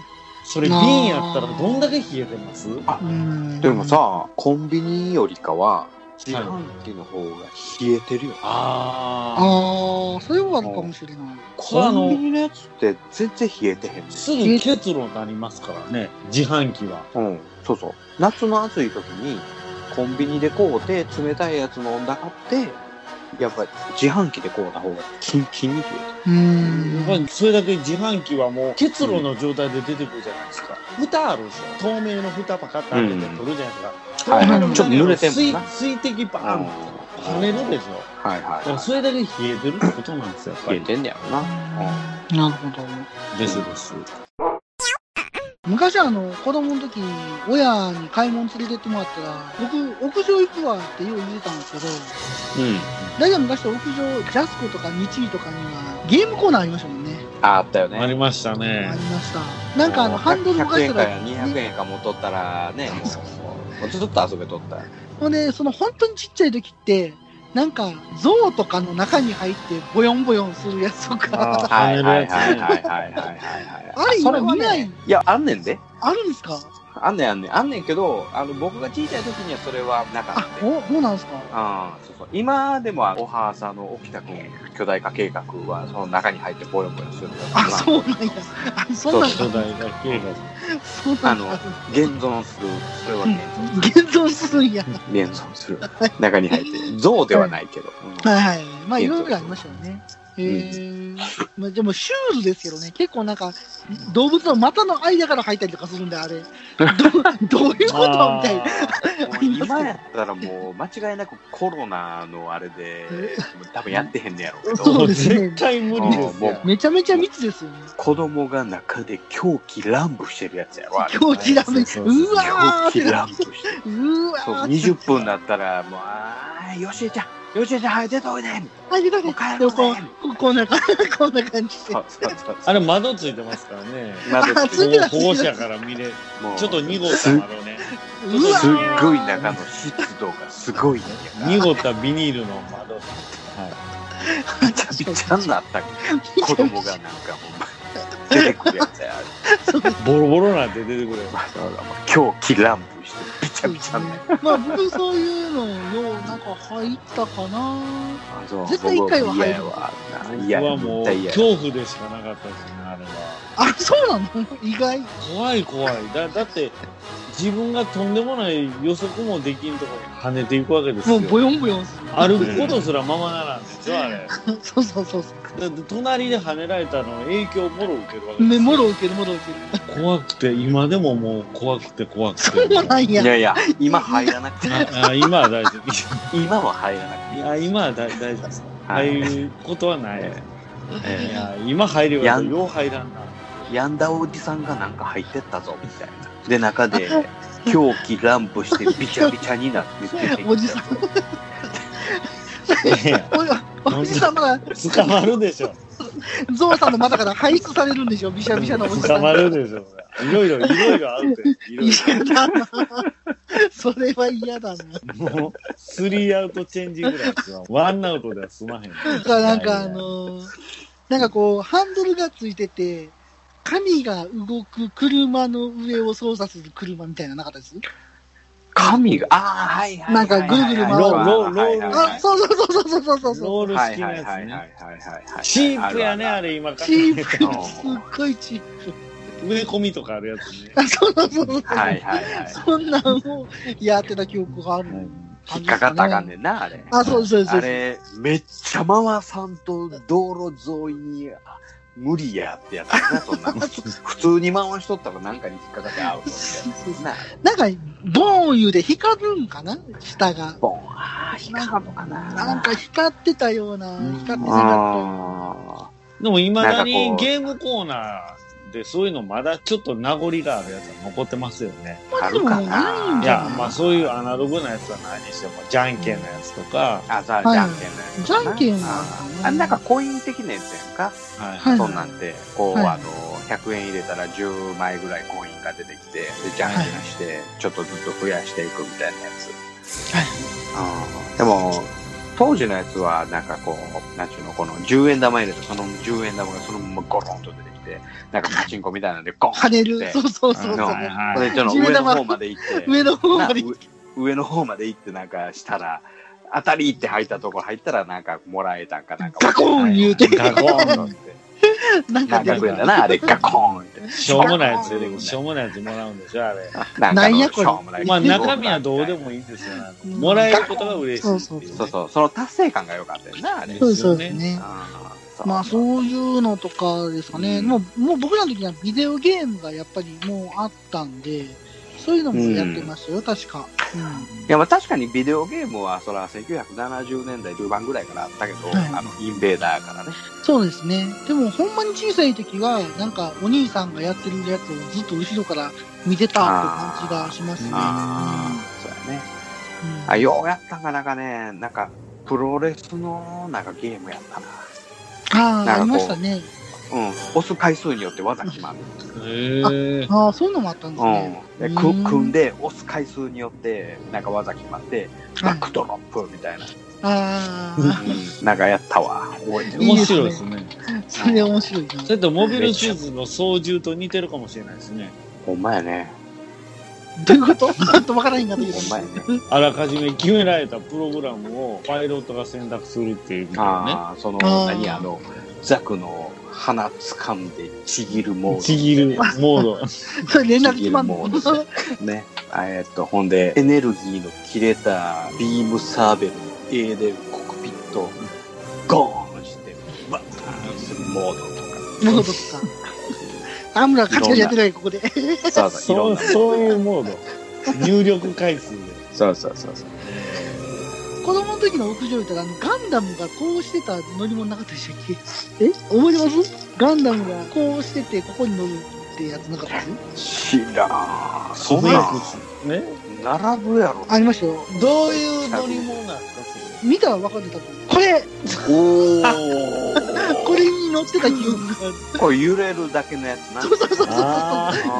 [SPEAKER 12] それ瓶やったらどんだけ冷えてます
[SPEAKER 3] あ
[SPEAKER 11] うん
[SPEAKER 3] でも、さ、コンビニよりかは、自販機の方が冷えてるよ。
[SPEAKER 12] ああ
[SPEAKER 11] ああ、それはあるかもしれない。
[SPEAKER 12] これあ
[SPEAKER 3] コンビ
[SPEAKER 12] の
[SPEAKER 3] ニのやつって全然冷えてへんね
[SPEAKER 12] すぐ結論になりますからね自販機は
[SPEAKER 3] うん、そうそう。夏の暑い時に、コンビニで買うて、冷たいやつ飲んだかって、やっぱり自販機で買うた方がキンキンに冷
[SPEAKER 11] う
[SPEAKER 12] やっぱ
[SPEAKER 11] ん。
[SPEAKER 12] りそれだけ自販機はもう結露の状態で出てくるじゃないですか、蓋あるでしょ透明の蓋パカッと開けて取るじゃないですか、
[SPEAKER 3] えてる。はい
[SPEAKER 11] は
[SPEAKER 3] はいい。ちょっと濡れてんもんな。
[SPEAKER 12] 水水滴バーンって跳ねるでしょ
[SPEAKER 3] はいはい
[SPEAKER 12] だか
[SPEAKER 3] は
[SPEAKER 12] らそれだけ冷えてるってことなんですよ、やっ
[SPEAKER 3] い。
[SPEAKER 12] ぱ
[SPEAKER 3] 冷え
[SPEAKER 12] り。
[SPEAKER 3] てんねやろな。うん
[SPEAKER 11] なるほど。
[SPEAKER 12] ですです。
[SPEAKER 11] 昔あの、子供の時、親に買い物連れてってもらったら、僕、屋上行くわってよう言ってたんですけど、
[SPEAKER 3] うん。
[SPEAKER 11] 大体昔って屋上、ジャスコとか日井とかには、ゲームコーナーありましたもんね。
[SPEAKER 3] ああったよね。
[SPEAKER 12] ありました
[SPEAKER 11] あ
[SPEAKER 12] ね
[SPEAKER 11] り。ました。なんかあの、ハンドル動か
[SPEAKER 3] 100
[SPEAKER 11] し
[SPEAKER 3] 円
[SPEAKER 11] た、
[SPEAKER 3] から200円かも取ったらね、もうもうずっと遊べとった。
[SPEAKER 11] ほんで、その本当にちっちゃい時って、なんか、象とかの中に入って、ボヨンボヨンするやつとか、
[SPEAKER 12] あ跳ねるやつね
[SPEAKER 3] はいはいはいはいはいはい。
[SPEAKER 11] あれ今見ない
[SPEAKER 3] いや、あんねんで。
[SPEAKER 11] あるんですか
[SPEAKER 3] あんねんあんねん。あんねんけど、あの、僕が小さい時にはそれはなかった。
[SPEAKER 11] お、そうなんですか
[SPEAKER 3] ああ、そうそう。今でも、おはーさんの沖田君巨大化計画は、その中に入ってボヨボヨする。あ、
[SPEAKER 11] そうなんや。あ、そんなん
[SPEAKER 3] 巨大化計
[SPEAKER 11] そう
[SPEAKER 3] 画。あ
[SPEAKER 11] なん
[SPEAKER 3] の
[SPEAKER 11] だ。、
[SPEAKER 3] 現存する。それは現
[SPEAKER 11] 現存するん や。
[SPEAKER 3] 現存す る。中に入って。像ではないけど。うん
[SPEAKER 11] はいはい。まあ、いろいろありましたよね。えーまあ、でもシュールですけどね、結構なんか、動物の股の間から入ったりとかするんで、あ れ、どどういうことみたいな。
[SPEAKER 3] 今やったらもう間違いなくコロナのあれで多分やってへんねやろけど
[SPEAKER 11] そうですね。
[SPEAKER 3] うんもう
[SPEAKER 11] めちゃめちゃ密ですよね。
[SPEAKER 3] 子供が中で狂気乱舞してるやつやろあれ
[SPEAKER 11] 狂気乱舞うわーっ
[SPEAKER 3] 狂
[SPEAKER 11] て
[SPEAKER 3] 気
[SPEAKER 11] な
[SPEAKER 3] 乱
[SPEAKER 11] っ
[SPEAKER 3] 舞
[SPEAKER 11] てうわ
[SPEAKER 3] そう
[SPEAKER 11] ーって
[SPEAKER 3] 20分だったらもうあーよしえちゃんよしえちゃん早く出ておいで
[SPEAKER 11] はい、出たね。でもこう、こんな感じ、こんな感じで。
[SPEAKER 12] あれ窓ついてますからね
[SPEAKER 3] 窓ついてる
[SPEAKER 12] 保護者から見れ
[SPEAKER 3] もう
[SPEAKER 12] ちょっと濁った窓ね
[SPEAKER 11] うわ
[SPEAKER 3] すっ
[SPEAKER 11] ー
[SPEAKER 3] ごい中の湿度がすごいんやから
[SPEAKER 12] 濁ったビニールの窓はい
[SPEAKER 3] びちゃびちゃになった子供がなんかもう出てくるやつやあれ
[SPEAKER 12] ボロボロなん て出てくる
[SPEAKER 3] 狂気乱舞してびちゃびちゃになる
[SPEAKER 11] まあ、僕、そういうのよう、なんか入ったかな。
[SPEAKER 3] あそう
[SPEAKER 11] 絶対一回は入る
[SPEAKER 3] 僕は
[SPEAKER 12] 僕
[SPEAKER 3] 嫌やわ
[SPEAKER 12] はも
[SPEAKER 3] 絶
[SPEAKER 12] う
[SPEAKER 3] 対嫌や
[SPEAKER 12] 恐怖でしかなかったですねあれは
[SPEAKER 11] あ、そうなの意外。
[SPEAKER 12] 怖い怖いだだって自分がとんでもない予測もできんところに跳ねていくわけです
[SPEAKER 11] も
[SPEAKER 12] よ
[SPEAKER 11] う、ボヨンボヨンする。
[SPEAKER 12] 歩くことすらままならんですよあれ
[SPEAKER 11] そうそうそうそ
[SPEAKER 12] だって隣で跳ねられたの影響をもろ受けるわ
[SPEAKER 11] う。
[SPEAKER 12] けで
[SPEAKER 11] ね、もろ受ける、もろ受ける。
[SPEAKER 12] す怖くて今でももう怖くて怖くて
[SPEAKER 11] そうなんや。
[SPEAKER 3] いやいや今入らなくて
[SPEAKER 12] ああ今は大丈夫
[SPEAKER 3] 今は入らなく
[SPEAKER 12] いや今は大大丈夫です
[SPEAKER 3] はい
[SPEAKER 12] 入ることはないです、
[SPEAKER 3] ええ
[SPEAKER 12] いや今入れば
[SPEAKER 3] やん
[SPEAKER 12] よう入らんな
[SPEAKER 3] てやんだおじさんがなんか入ってったぞみたいなで中で 狂気乱舞してびちゃびちゃになって出てきた
[SPEAKER 11] おじさん。おおじさんまだ、
[SPEAKER 12] 捕まるで しょ
[SPEAKER 11] ゾウさんの股から排出されるんでしょ、びしゃびしゃのおじさ
[SPEAKER 12] 捕
[SPEAKER 11] ん
[SPEAKER 12] ま
[SPEAKER 11] が。
[SPEAKER 12] るでしょいろいろいろいろあるでいろい
[SPEAKER 11] 嫌だな。それは嫌だな。
[SPEAKER 12] ろもうスリーアウトチェンジぐらいですわワンアウトでは済まへん
[SPEAKER 11] なんか、なんかあのーなんかこう、ハンドルがついてて、神が動く車の上を操作する車みたいななかったです
[SPEAKER 3] 神がああはいはい
[SPEAKER 11] なんかぐるぐる回る
[SPEAKER 12] ローローロール
[SPEAKER 11] あ、そうそうそうそうそうそうそう。
[SPEAKER 12] ロール
[SPEAKER 3] はい
[SPEAKER 12] 式の
[SPEAKER 3] はい
[SPEAKER 12] や
[SPEAKER 3] は
[SPEAKER 12] つ
[SPEAKER 3] いはいは
[SPEAKER 12] ね
[SPEAKER 3] いはい
[SPEAKER 12] チープやね
[SPEAKER 3] ある
[SPEAKER 12] あれ今考
[SPEAKER 11] チー
[SPEAKER 12] え
[SPEAKER 11] プ、
[SPEAKER 12] た
[SPEAKER 11] すっごいチープ。
[SPEAKER 12] 植え込みとかあるやつね
[SPEAKER 11] あ、そうそうそうそう。
[SPEAKER 3] あるはいはいはい
[SPEAKER 11] そんなんをやってた記憶がある。
[SPEAKER 3] 引っかかったらあかんねんなあれ
[SPEAKER 11] あ、そうそうそ
[SPEAKER 3] あ
[SPEAKER 11] うそう。
[SPEAKER 3] れめっちゃ回さんと道路沿いにあ無理やってやつやなそんな 普通に回しとったらなんかに引っかかってアウトみたいなな
[SPEAKER 11] なんか、ボーン言うで光るんかな下が。
[SPEAKER 3] ボンあー光るのかな
[SPEAKER 11] なんか光ってたような、光ってなかっ
[SPEAKER 3] あ
[SPEAKER 12] でもいまだ
[SPEAKER 3] なんか
[SPEAKER 12] に
[SPEAKER 3] こう
[SPEAKER 12] ゲームコーナーでそういうのまだちょっと名残があるやつは残ってますよね。
[SPEAKER 3] ーあるかない
[SPEAKER 12] や、まあそういうアナログなやつは何にしても、じゃんけんのやつとか、
[SPEAKER 3] あさあ
[SPEAKER 11] はい
[SPEAKER 3] じゃんけんのや
[SPEAKER 11] た。
[SPEAKER 3] つ
[SPEAKER 11] じゃんけんは
[SPEAKER 3] あーあなんかコイン的なやつやんか、
[SPEAKER 12] はい
[SPEAKER 3] そんなんでこう、
[SPEAKER 11] はい
[SPEAKER 3] あの100円入れたら10枚ぐらいコインが出てきてでじゃんけんして、ちょっとずつ増やしていくみたいなやつあーでも、当時のやつは、なんかこう、なんちゅうの、この10円玉入れて、その10円玉がそのままゴロンと出てきて、なんかパチンコみたいなんで、ゴン
[SPEAKER 11] 跳ねる。そうそうそうそう。
[SPEAKER 12] はいはい
[SPEAKER 3] これちょっと上の方まで行って、
[SPEAKER 11] 上の方まで
[SPEAKER 3] なう上の方まで行ってなんかしたら、当たりって入ったとこ入ったらなんかもらえたんかなんか。
[SPEAKER 11] ガコーン言うて
[SPEAKER 3] ガコーンって。
[SPEAKER 11] なんか
[SPEAKER 3] 何
[SPEAKER 11] で
[SPEAKER 3] 百円だな、あれ、ガコーンって。
[SPEAKER 12] しょうもないやつ出てくるしょうもないやつもらうんでしょ、あれ。
[SPEAKER 3] なん
[SPEAKER 11] な
[SPEAKER 3] か
[SPEAKER 11] ん
[SPEAKER 3] の
[SPEAKER 11] やこ
[SPEAKER 3] し
[SPEAKER 11] れ
[SPEAKER 3] ょうもない
[SPEAKER 12] まあ中身はどうでもいいんですよ。あのもらえることが嬉しいっていう
[SPEAKER 3] そうそう、その達成感が良かったよな、あれ。
[SPEAKER 11] そうそうですね。
[SPEAKER 3] あーそう
[SPEAKER 11] まあそういうのとかですかね。
[SPEAKER 3] うん
[SPEAKER 11] もう、もう僕らの時はビデオゲームがやっぱりもうあったんで、そういうのもやってましたよ、確か。うん
[SPEAKER 3] いや、まあ確かにビデオゲームは、そら1970年代中盤ぐらいからあったけど、
[SPEAKER 11] はい
[SPEAKER 3] あの、インベーダーからね。
[SPEAKER 11] そうですね。でもほんまに小さい時は、なんかお兄さんがやってるやつをずっと後ろから見てたって感じがしますね。
[SPEAKER 3] ああ、そうやね。
[SPEAKER 11] うん
[SPEAKER 3] あ、ようやったんがなんかね、なんか、プロレスの、なんかゲームやったな。な
[SPEAKER 11] あ
[SPEAKER 3] んか
[SPEAKER 11] あ、
[SPEAKER 3] こう
[SPEAKER 11] ありましたね。
[SPEAKER 3] うん。押す回数によって技決まる。
[SPEAKER 12] へえ。
[SPEAKER 11] ああ、そういうのもあったんですね。
[SPEAKER 3] うん。で、
[SPEAKER 11] う
[SPEAKER 3] く
[SPEAKER 11] ん
[SPEAKER 3] 組んで、押す回数によって、なんか技決まって、バ
[SPEAKER 11] は
[SPEAKER 3] ッ
[SPEAKER 11] い
[SPEAKER 3] クドロップみたいな。
[SPEAKER 11] ああ、
[SPEAKER 3] うん。なんかやったわ。覚えてる
[SPEAKER 12] 面白いですね。
[SPEAKER 11] それ面白いな。
[SPEAKER 12] それとモビルスーツの操縦と似てるかもしれないですね。
[SPEAKER 3] ほんまやね。
[SPEAKER 11] どういうことちょっとわからへんかったけど。
[SPEAKER 12] あらかじめ決められたプログラムをパイロットが選択するっていうことね。
[SPEAKER 7] あーその、
[SPEAKER 12] あー
[SPEAKER 7] 何あの、ザクの鼻掴んでちぎるモード。
[SPEAKER 12] ちぎるモード。
[SPEAKER 11] それ連絡
[SPEAKER 7] つまんのね。えーっと、ほんで、エネルギーの切れたビームサーベルの A でコックピットをゴーンして、バーンするモードとか。
[SPEAKER 11] モードとか。アムラカチカチやってない、ここで。
[SPEAKER 7] そうそう、いろんな。
[SPEAKER 12] そういうモード。入力回数で。
[SPEAKER 7] そうそうそうそう。
[SPEAKER 11] 子供の時の屋上行ったら、あのガンダムがこうしてた乗り物なかったでしたっけえ覚えてますガンダムがこうしてて、ここに乗るってやつなかったです
[SPEAKER 7] 知らん。そん
[SPEAKER 11] す
[SPEAKER 7] なん
[SPEAKER 12] ごいね。
[SPEAKER 7] 並ぶやろ。
[SPEAKER 11] ありましたよ。
[SPEAKER 12] どういう乗り物なんですか
[SPEAKER 11] 見たら分かってたと思う。これ
[SPEAKER 7] お
[SPEAKER 11] これに乗ってた記憶がある。
[SPEAKER 7] これ揺れるだけのやつな。そう
[SPEAKER 11] そうそうそう。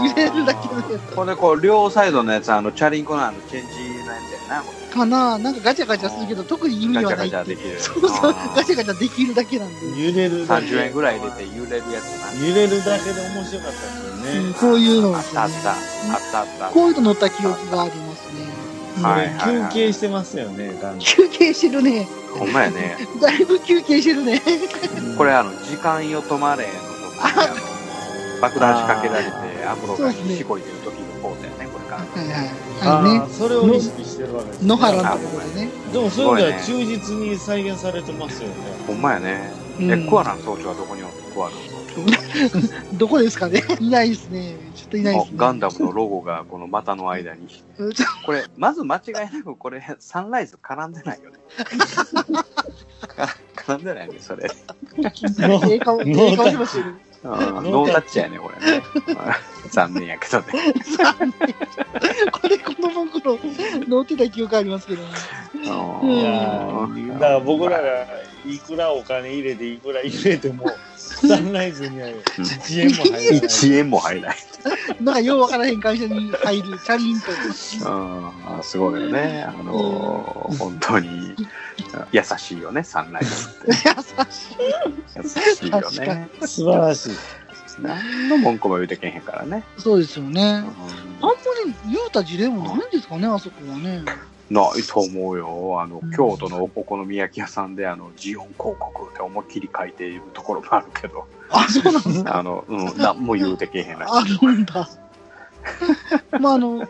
[SPEAKER 11] 揺れるだけ
[SPEAKER 7] これこう、両サイドのやつ、あの、チャリンコのあの、チェンジのやつやな、これ。
[SPEAKER 11] かなぁなんかガチャガチャするけど、特に意味はな
[SPEAKER 7] ガチ
[SPEAKER 11] い。
[SPEAKER 7] ャガチャできる
[SPEAKER 11] そうそう。
[SPEAKER 7] あ
[SPEAKER 11] ガチャガチャできるだけなんで。
[SPEAKER 12] 揺れるだけ。
[SPEAKER 7] 30円ぐらい入れて揺れるやつな。
[SPEAKER 12] 揺れるだけで面白かったですよね。
[SPEAKER 11] うんこういうの
[SPEAKER 7] あったあった。あったあった。
[SPEAKER 11] こういうの乗った記憶がありますね。
[SPEAKER 7] はいはいはい
[SPEAKER 12] 休憩してますよね、ガンダム
[SPEAKER 11] 休憩してるね。
[SPEAKER 7] ほんまやね。
[SPEAKER 11] だいぶ休憩してるね。
[SPEAKER 7] これあの、時間よ止まれのとこにあの爆弾仕掛けられて、アムロがしこいでる時のポーズやね、これから。
[SPEAKER 11] はいはい。
[SPEAKER 12] あ
[SPEAKER 11] あの
[SPEAKER 12] ー
[SPEAKER 11] ね。
[SPEAKER 12] それを意識してるわけですね
[SPEAKER 11] 野原のところでね。
[SPEAKER 12] でもそういう意味では
[SPEAKER 7] す
[SPEAKER 12] 忠実に再現されてますよね。
[SPEAKER 7] ほんまやね。
[SPEAKER 11] う
[SPEAKER 7] え、
[SPEAKER 11] ん
[SPEAKER 7] コアラの総長はどこにおるコアラの総
[SPEAKER 11] どこですかね いないですね。ちょっといないで
[SPEAKER 7] 長。
[SPEAKER 11] す
[SPEAKER 7] あガンダムのロゴがこの股の間に。
[SPEAKER 11] うん。ちょ
[SPEAKER 7] これ、まず間違いなくこれ、サンライズ絡んでない よね。か絡んでないね、それ。
[SPEAKER 11] っとええ顔、ええ顔してますよね。
[SPEAKER 7] うんノータッチやね、これね。残念やけどね。
[SPEAKER 11] これ子供の頃乗ってた記憶ありますけどね。
[SPEAKER 12] いやーだから僕らがいくらお金入れていくら入れても、サンライズには1円も入らない。
[SPEAKER 7] 1円も入らない。
[SPEAKER 11] なんかようわからへん会社に入る、チャリンコ。
[SPEAKER 7] うん、すごいよね。あのー、本当に優しいよね、サンライズって。優しい。優しいよ
[SPEAKER 11] 確かに
[SPEAKER 7] ね。
[SPEAKER 12] 素晴らしい。
[SPEAKER 7] 何の文句も言うてけへんからね。
[SPEAKER 11] そうですよね。あんまり言うた事例もないんですかね、あそこはね。
[SPEAKER 7] ないと思うよ。あの、京都のお好み焼き屋さんで、あの、ジオン広告って思いっきり書いているところもあるけど。
[SPEAKER 11] あ、そうなんです
[SPEAKER 7] かあの、うん、何も言うてけへんらしい
[SPEAKER 11] あるんだ。 まああの、難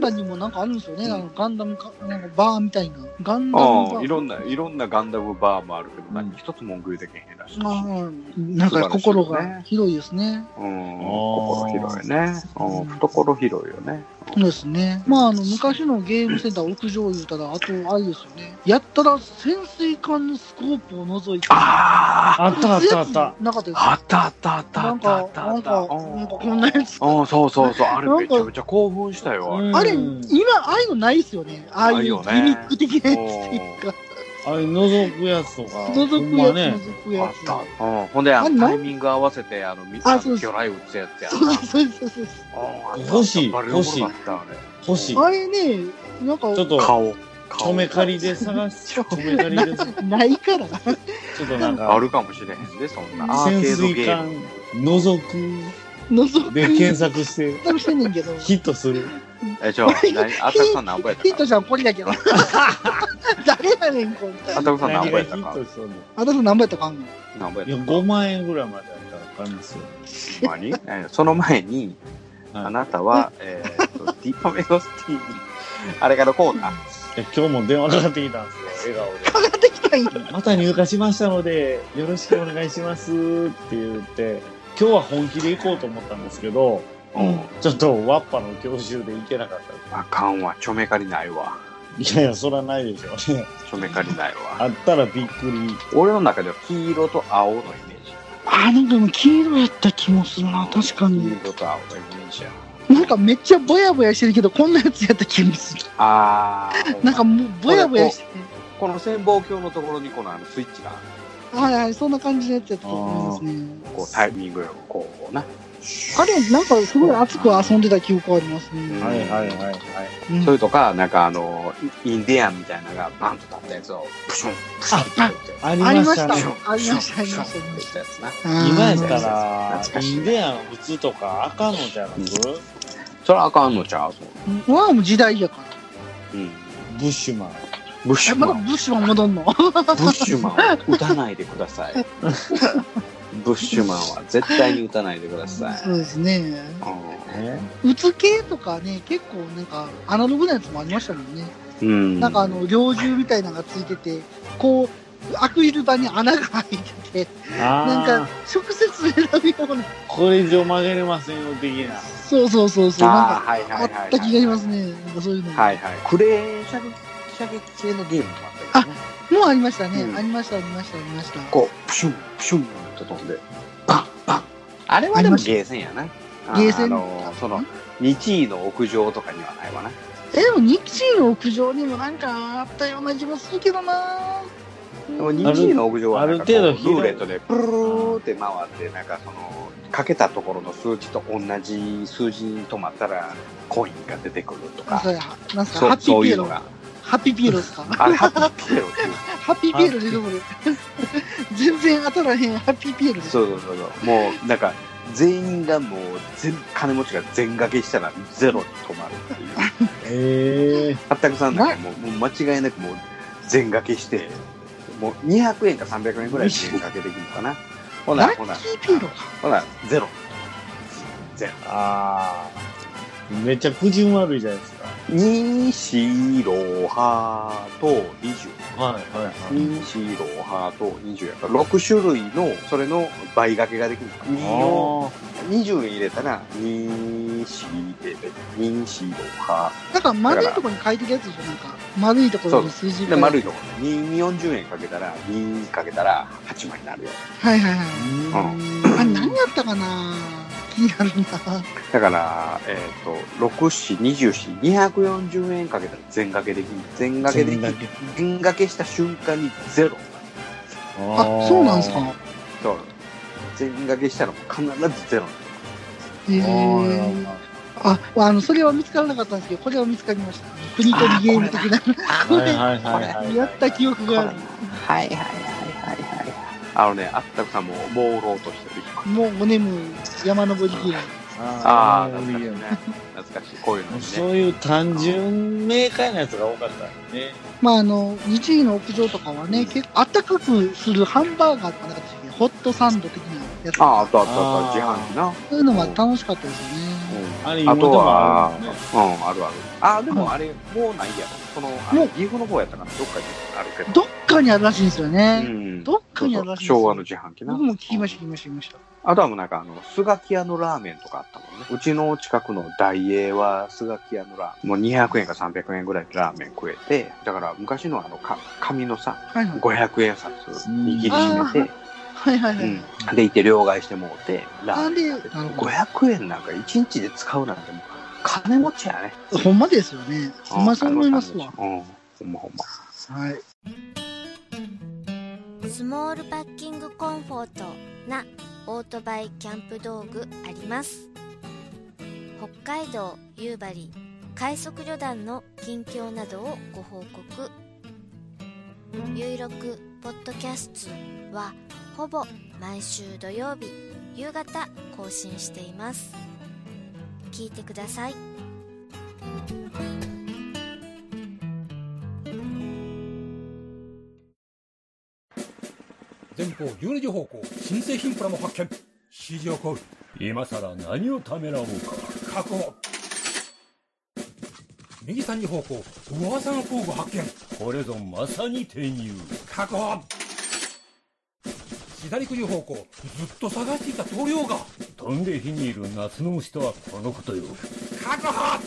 [SPEAKER 11] 波にもなんかあるんですよね、あのガンダムか、なんかバーみたいな。ガンダム
[SPEAKER 7] う
[SPEAKER 11] バ
[SPEAKER 7] ん、い
[SPEAKER 11] ー。
[SPEAKER 7] ろんな、いろんなガンダムバーもあるけど、何一つ文句言うてけへんらしい。
[SPEAKER 11] あーなんか心が広いですね。
[SPEAKER 7] うん、心広いね。うん、懐広いよね。
[SPEAKER 11] そうですね。まあ、あの、昔のゲームセンター屋上言うたら、あと、あれですよね。やったら潜水艦のスコープを覗いて。
[SPEAKER 7] あ
[SPEAKER 12] あったあったあった。
[SPEAKER 11] なかったです
[SPEAKER 7] あったあったあったあ
[SPEAKER 11] な
[SPEAKER 7] っ
[SPEAKER 11] ん
[SPEAKER 7] たあ
[SPEAKER 11] か
[SPEAKER 7] っ、たあ
[SPEAKER 11] な
[SPEAKER 7] っ
[SPEAKER 11] ん
[SPEAKER 7] た。
[SPEAKER 11] か、なんかこんなやつ。
[SPEAKER 7] うん、そうそうそう。あれ
[SPEAKER 11] なんか
[SPEAKER 7] めちゃめちゃ興奮したよ。あれ
[SPEAKER 11] あれ、今、ああいうのないですよね。ああいう
[SPEAKER 7] ない
[SPEAKER 11] ギ
[SPEAKER 7] よ
[SPEAKER 11] ミ
[SPEAKER 7] ね
[SPEAKER 11] ック的なやつっていうか。
[SPEAKER 12] あれ、覗くやつとか。
[SPEAKER 11] 覗く
[SPEAKER 12] ほ
[SPEAKER 11] や
[SPEAKER 12] んま
[SPEAKER 11] つ、
[SPEAKER 12] ね
[SPEAKER 11] 覗くやつ。
[SPEAKER 7] うん、ほんで、あ
[SPEAKER 11] あ
[SPEAKER 7] のタ
[SPEAKER 11] れ
[SPEAKER 7] イミング合わせて、あの、み
[SPEAKER 11] あ
[SPEAKER 7] あの
[SPEAKER 11] そ
[SPEAKER 7] 魚
[SPEAKER 11] うです
[SPEAKER 7] 雷撃つやつや
[SPEAKER 11] そうそうそうそう
[SPEAKER 12] 欲しい、
[SPEAKER 7] あれ
[SPEAKER 12] 欲しい
[SPEAKER 7] おもろかったあれ。
[SPEAKER 12] 欲しい。
[SPEAKER 11] あれね、なんか、
[SPEAKER 12] ちょっと、
[SPEAKER 7] 顔。
[SPEAKER 12] 止め借りで探す。止め借 りで、ちょ
[SPEAKER 11] ないから。
[SPEAKER 12] っとなんか、
[SPEAKER 7] あるかもしれへんで、そんな。アー
[SPEAKER 12] 潜
[SPEAKER 7] ケード
[SPEAKER 12] 水
[SPEAKER 7] ゲーム。
[SPEAKER 12] 艦、覗
[SPEAKER 11] 覗く。
[SPEAKER 12] く。で、検索して、
[SPEAKER 11] 索してんねんけど。
[SPEAKER 12] ヒットする。
[SPEAKER 7] え、 じゃあ、何あたくさん何本やっ
[SPEAKER 11] ヒ
[SPEAKER 7] た
[SPEAKER 11] ット
[SPEAKER 7] か
[SPEAKER 11] じゃん、これだ けど。誰やねん、これ。
[SPEAKER 7] あたくさん何本やったか
[SPEAKER 12] 何がヒットするの
[SPEAKER 11] あたし何倍やったかあんの
[SPEAKER 7] 何本
[SPEAKER 12] い
[SPEAKER 7] や
[SPEAKER 12] や、
[SPEAKER 7] ったか
[SPEAKER 12] 5万円ぐらいまであったら買いますよ。
[SPEAKER 7] ほんまにえその前に、あなたは、えーっと、ディアメロスティーに、あれからこうだ。
[SPEAKER 12] いや今日も電話かかってきたんですよ、笑顔で。また入荷しましたので、よろしくお願いしますって言って、今日は本気で行こうと思ったんですけど、
[SPEAKER 7] うん
[SPEAKER 12] ちょっとワッパの教習で行けなかった
[SPEAKER 7] あかんわ、ちょめかりないわ。
[SPEAKER 12] です。いやいや、そらないでしょうね。
[SPEAKER 7] ちょめかりないわ。
[SPEAKER 12] あったらびっくり。
[SPEAKER 7] 俺の中では黄色と青のイメージ。
[SPEAKER 11] あ、なんかでも黄色やった気もするな、確か
[SPEAKER 7] 黄
[SPEAKER 11] に。
[SPEAKER 7] 色と青のイメージや。
[SPEAKER 11] なんかめっちゃぼやぼやしてるけど、こんなやつやった気もする。
[SPEAKER 7] あー。
[SPEAKER 11] なんかもう、ぼやぼやして。
[SPEAKER 7] この潜望鏡のところにこのあのスイッチがある
[SPEAKER 11] はいはい、そんな感じのやつやったと思いますね。
[SPEAKER 7] こうタイミングよくこうな、
[SPEAKER 11] あれ、なんかすごい熱く遊んでた記憶ありますね。
[SPEAKER 12] はいはいはいはい。
[SPEAKER 7] それとかなんかあのインディアンみたいなのがバンと立ったやつをプシュンプシュンってやって
[SPEAKER 12] あ
[SPEAKER 11] ありました
[SPEAKER 12] ね。
[SPEAKER 11] ありました、ありました。
[SPEAKER 7] たやつな
[SPEAKER 11] あー
[SPEAKER 12] 今やったら
[SPEAKER 7] 懐、かし
[SPEAKER 12] イ
[SPEAKER 7] い
[SPEAKER 12] ンディアン普通とかあかんのじゃなく、
[SPEAKER 7] それはあかんのちゃう
[SPEAKER 11] ワンも時代やから。
[SPEAKER 7] うん。
[SPEAKER 12] ブッシュマン。
[SPEAKER 7] ブッシュマン。
[SPEAKER 11] ブッシュマン戻んの。
[SPEAKER 7] ブ
[SPEAKER 11] ブ
[SPEAKER 7] ッシュマンは打たないでください。ブッシュマンは絶対に打たないでください。
[SPEAKER 11] そうですね。
[SPEAKER 7] う
[SPEAKER 11] 打つ系とかね、結構なんか、アナログなやつもありましたもんね。
[SPEAKER 7] ん。
[SPEAKER 11] なんかあの、猟銃みたいなのがついてて、こう、アクリル板に穴が開いてて、
[SPEAKER 12] あー
[SPEAKER 11] なんか、直接選ぶような、
[SPEAKER 12] これ以上曲げれませんよ、的な。
[SPEAKER 11] そうそうそうそう、なんか、
[SPEAKER 12] あーはいはい
[SPEAKER 11] あ
[SPEAKER 12] はいはい
[SPEAKER 11] った気がしますね。なんかそういうの。
[SPEAKER 7] はいはい。クレーン射撃射撃系のゲームもあったよ
[SPEAKER 11] あ、もうありましたね。
[SPEAKER 7] うん
[SPEAKER 11] ありました、ありました、ありました。
[SPEAKER 7] こう、プシュン、プシュンと飛んで、バン、バン。あれはでもゲーセンやな。
[SPEAKER 11] ゲーセン
[SPEAKER 7] あの、その、日位の屋上とかにはないわな。
[SPEAKER 11] え、でも、ニキシーの屋上にもなんかあったような気もするけどな
[SPEAKER 7] でも日位の屋上はなんかこう、
[SPEAKER 12] ある
[SPEAKER 7] ル
[SPEAKER 12] ある程度
[SPEAKER 7] ーレットで、プルルーって回って、なんかその、かけたところの数値と同じ数字に止まったら、コインが出てくるとか。
[SPEAKER 11] そうや、なんすか、
[SPEAKER 7] そ
[SPEAKER 11] ハ
[SPEAKER 7] う
[SPEAKER 11] ッピ
[SPEAKER 7] そ
[SPEAKER 11] ー
[SPEAKER 7] う
[SPEAKER 11] ピ
[SPEAKER 7] い
[SPEAKER 11] エ
[SPEAKER 7] う
[SPEAKER 11] ロ
[SPEAKER 7] の。が。
[SPEAKER 11] ハッピーピエロですか
[SPEAKER 7] あれ、ハッピーピエロっていう。
[SPEAKER 11] ハッピーピエロ出てくる。全然当たらへん、ハッピーピエロです。
[SPEAKER 7] そうそうそうそう。もう、なんか、全員がもう、全、金持ちが全掛けしたらゼロに止まるっていう。
[SPEAKER 12] ええ
[SPEAKER 7] はったくさんなんかもうもう間違いなくもう全掛けして、もう200円か300円ぐらい全掛けできるのかな。ほな、
[SPEAKER 11] ラ
[SPEAKER 7] ほな、
[SPEAKER 11] ッキーピエロ。
[SPEAKER 7] ほな、ゼロ。ゼロ。
[SPEAKER 12] ああ。めっちゃ苦人悪いじゃないですか。
[SPEAKER 7] にしろはと20。
[SPEAKER 12] はいは
[SPEAKER 7] にしろはと20やから、6種類の、それの倍掛けができるのか。2を、20円入れたら、にし、え、えにしろは。
[SPEAKER 11] だから丸いとこに書いてるやつでしょ、なんか。丸いとこ
[SPEAKER 7] そ
[SPEAKER 11] ろ
[SPEAKER 7] う
[SPEAKER 11] に数字
[SPEAKER 7] で
[SPEAKER 11] が。
[SPEAKER 7] 丸いところね。2、40円かけたら、2かけたら8枚になるよ。
[SPEAKER 11] はいはいはい。
[SPEAKER 7] うん。
[SPEAKER 11] あ、何やったかな気になるな。
[SPEAKER 7] だから、えっ、と、6四、20四、240円かけたら全掛けできる。全掛けできる。全掛けした瞬間にゼロ。
[SPEAKER 11] あ、そうなんですか。
[SPEAKER 7] そう。全掛けしたらもう必ずゼロ。
[SPEAKER 11] へえ。あ、あの、それは見つからなかったんですけど、これは見つかりました。国取りゲーム的な。これ、
[SPEAKER 12] はいはいはいはい
[SPEAKER 11] やった記憶がある。
[SPEAKER 7] はいはいはいはいはい。あのね、あったくさんもう朦朧としてる。
[SPEAKER 11] もう5年も山登りゲーム。
[SPEAKER 7] ああー、懐かしいね。懐かしい。こういうのもね。
[SPEAKER 12] そういう単純明快なやつが多かったんでね。
[SPEAKER 11] まああの、日位の屋上とかはね、結構あったかくするハンバーガーとかなんかですねホットサンド的なやつ。
[SPEAKER 7] ああ、あったあったあった。自
[SPEAKER 12] あ
[SPEAKER 7] 販機な。
[SPEAKER 11] そういうのは楽しかったですよね。
[SPEAKER 12] あれ、
[SPEAKER 7] あ
[SPEAKER 12] 今で
[SPEAKER 7] と
[SPEAKER 12] もあ
[SPEAKER 7] は
[SPEAKER 12] るんですね。、
[SPEAKER 7] うん、あるある。あ、でもあれ、もうないやろ。その、あの岐阜の方やったかな。どっかにあるけど。
[SPEAKER 11] どっかにあるらしいんですよね。
[SPEAKER 7] うん
[SPEAKER 11] どっかにあるらしいんですよ。
[SPEAKER 7] 昭和の自販機な
[SPEAKER 11] 僕。も聞きました、聞きました、聞きました。
[SPEAKER 7] あとはもうなんかあの、スガキ屋のラーメンとかあったもんね。うちの近くの大英はスガキ屋のラーメン。もう200円か300円ぐらいでラーメン食えて、だから昔のあの、か紙のさ、
[SPEAKER 11] はいはい。
[SPEAKER 7] 500円札握りしめて、
[SPEAKER 11] はいはいは
[SPEAKER 7] う
[SPEAKER 11] い。
[SPEAKER 7] ん。で、いて両替してもうて、ラ
[SPEAKER 11] な
[SPEAKER 7] ー
[SPEAKER 11] ん
[SPEAKER 7] メン。
[SPEAKER 11] で、なるほ
[SPEAKER 7] 500円なんか1日で使うなんてもう、金持ちやね。
[SPEAKER 11] ど。ほんまですよね。ほんまそう思いますわ。
[SPEAKER 7] うん、ほんまほんま。
[SPEAKER 11] はい。
[SPEAKER 13] スモールパッキングコンフォートなオートバイキャンプ道具あります北海道夕張快速旅団の近況などをご報告「ゆいろくポッドキャスト」はほぼ毎週土曜日夕方更新しています聞いてください
[SPEAKER 14] 前方12時方向新製品プラも発見指示を行う今さら何をためらおうか確保右3時方向噂の工具発見これぞまさに転入確保左9時方向ずっと探していた棟梁が飛んで火にいる夏の虫とはこのことよ確保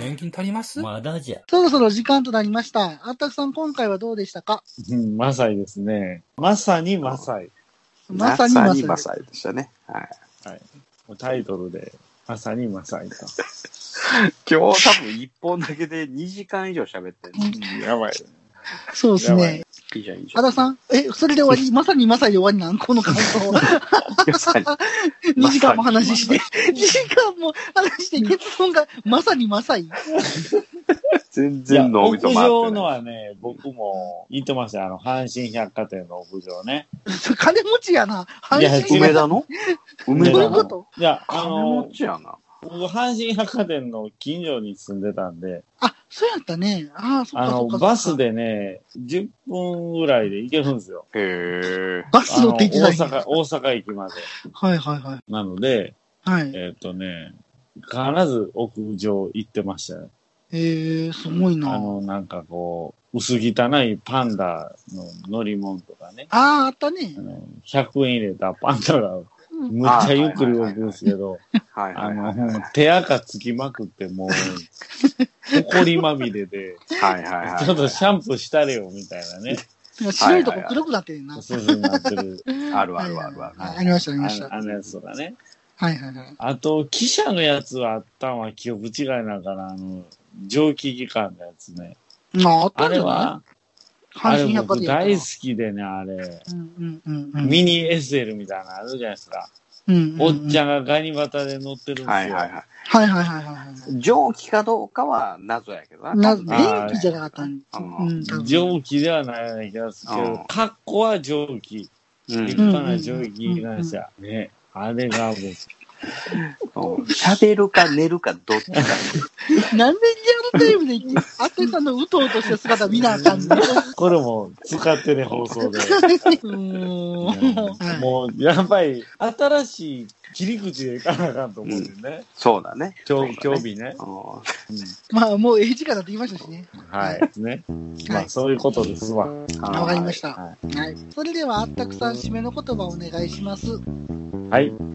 [SPEAKER 14] 年金足りますまだじゃ
[SPEAKER 11] そろそろ時間となりました。あったくさん、今回はどうでしたか
[SPEAKER 12] うんマサイですね。まさにマサイ。
[SPEAKER 11] まさにマサイ
[SPEAKER 7] マサイでしたね。はい。
[SPEAKER 12] はい。もうタイトルで、まさにマサイさ
[SPEAKER 7] 今日多分1本だけで2時間以上喋ってる。やばい。
[SPEAKER 11] そうですね。
[SPEAKER 7] いいじゃん、いいじ
[SPEAKER 11] あたくさん、え、それで終わり、まさにまさに終わりなんこの感想。2時間も話して、2時間も話して、結論がまさにまさに。
[SPEAKER 7] 全然脳みそ
[SPEAKER 12] 屋
[SPEAKER 7] 回って
[SPEAKER 12] 上のはね、僕も行ってましたよあの、阪神百貨店の屋上ね。
[SPEAKER 11] 金持ちやな。
[SPEAKER 12] いや
[SPEAKER 11] 阪神
[SPEAKER 12] 梅田の
[SPEAKER 11] 梅田のどういうこと
[SPEAKER 12] いや、あ
[SPEAKER 11] 金
[SPEAKER 12] の、僕、阪神百貨店の近所に住んでたんで、
[SPEAKER 11] そうやったね。ああ、そっ
[SPEAKER 12] あ
[SPEAKER 11] かそ
[SPEAKER 12] の、
[SPEAKER 11] っか。
[SPEAKER 12] バスでね、10分ぐらいで行けるんですよ。
[SPEAKER 7] へ
[SPEAKER 11] バス乗って行ってたん
[SPEAKER 12] 大阪、大阪駅まで。
[SPEAKER 11] はいはいはい。
[SPEAKER 12] なので、
[SPEAKER 11] はい
[SPEAKER 12] えーっとね、必ず屋上行ってましたよ。
[SPEAKER 11] ええすごい
[SPEAKER 12] あ
[SPEAKER 11] な。
[SPEAKER 12] の、なんかこう、薄汚いパンダの乗り物とかね、
[SPEAKER 11] ああ、あったね。
[SPEAKER 12] 100円入れたパンダが、むっちゃゆっくり動くんですけど、あの、手垢つきまくって、もう、埃まみれで、
[SPEAKER 7] はいはいはい
[SPEAKER 12] ちょっとシャンプーしたれよ、みたいなね。
[SPEAKER 11] なんか白いとこ黒くなってるな。。
[SPEAKER 12] そうそうなってる
[SPEAKER 11] あるあるあるあるはいありましたありました
[SPEAKER 12] ああのやつとかね。
[SPEAKER 11] はいはいはい。
[SPEAKER 12] あと、記者のやつはあったんは記憶違いなんかな、あの、蒸気機関のやつね。
[SPEAKER 11] まあ、あった
[SPEAKER 12] あ
[SPEAKER 11] んじ
[SPEAKER 12] れ
[SPEAKER 11] ゃな
[SPEAKER 12] は、あ
[SPEAKER 11] 阪
[SPEAKER 12] れ
[SPEAKER 11] 神百貨
[SPEAKER 12] 僕
[SPEAKER 11] 店やったな
[SPEAKER 12] 大好きでね、あれ。
[SPEAKER 11] いうんうんうん。
[SPEAKER 12] ミニ SL みたいなのあるじゃないですか。
[SPEAKER 11] うんうんうん
[SPEAKER 12] おっちゃんがガニ股で乗ってるんですよ。
[SPEAKER 7] はいはいはい
[SPEAKER 11] はいはいはいはいはい。
[SPEAKER 7] 蒸気かどうかは謎やけどな。
[SPEAKER 11] な、
[SPEAKER 7] 多分
[SPEAKER 11] 電気じゃなかったんうん、多分
[SPEAKER 12] 蒸気ではないような気がするけ
[SPEAKER 7] う
[SPEAKER 12] ど
[SPEAKER 7] ん、
[SPEAKER 12] 格好は蒸気。立派な蒸気なんですよ。ね。あれがもう、
[SPEAKER 7] 喋るか寝るかどっちか。
[SPEAKER 11] なんでリアルタイムで 言って、アテさんのうとうとした姿見なあかんの
[SPEAKER 12] これも使ってね、放送で。 もう、やっぱり、新しい切り口でいかなあかんと思うんでね。
[SPEAKER 7] そうだね。
[SPEAKER 12] 興興味ね。
[SPEAKER 11] まあ、もうええ時間だって言いましたしね。
[SPEAKER 12] はい。ね。まあ、そういうことですわ。
[SPEAKER 11] わ
[SPEAKER 12] わ
[SPEAKER 11] かりました。
[SPEAKER 12] は
[SPEAKER 11] はい。それでは、あったくさん、締めの言葉をお願いします。
[SPEAKER 12] い。えー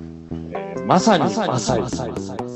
[SPEAKER 12] まさに、まさに。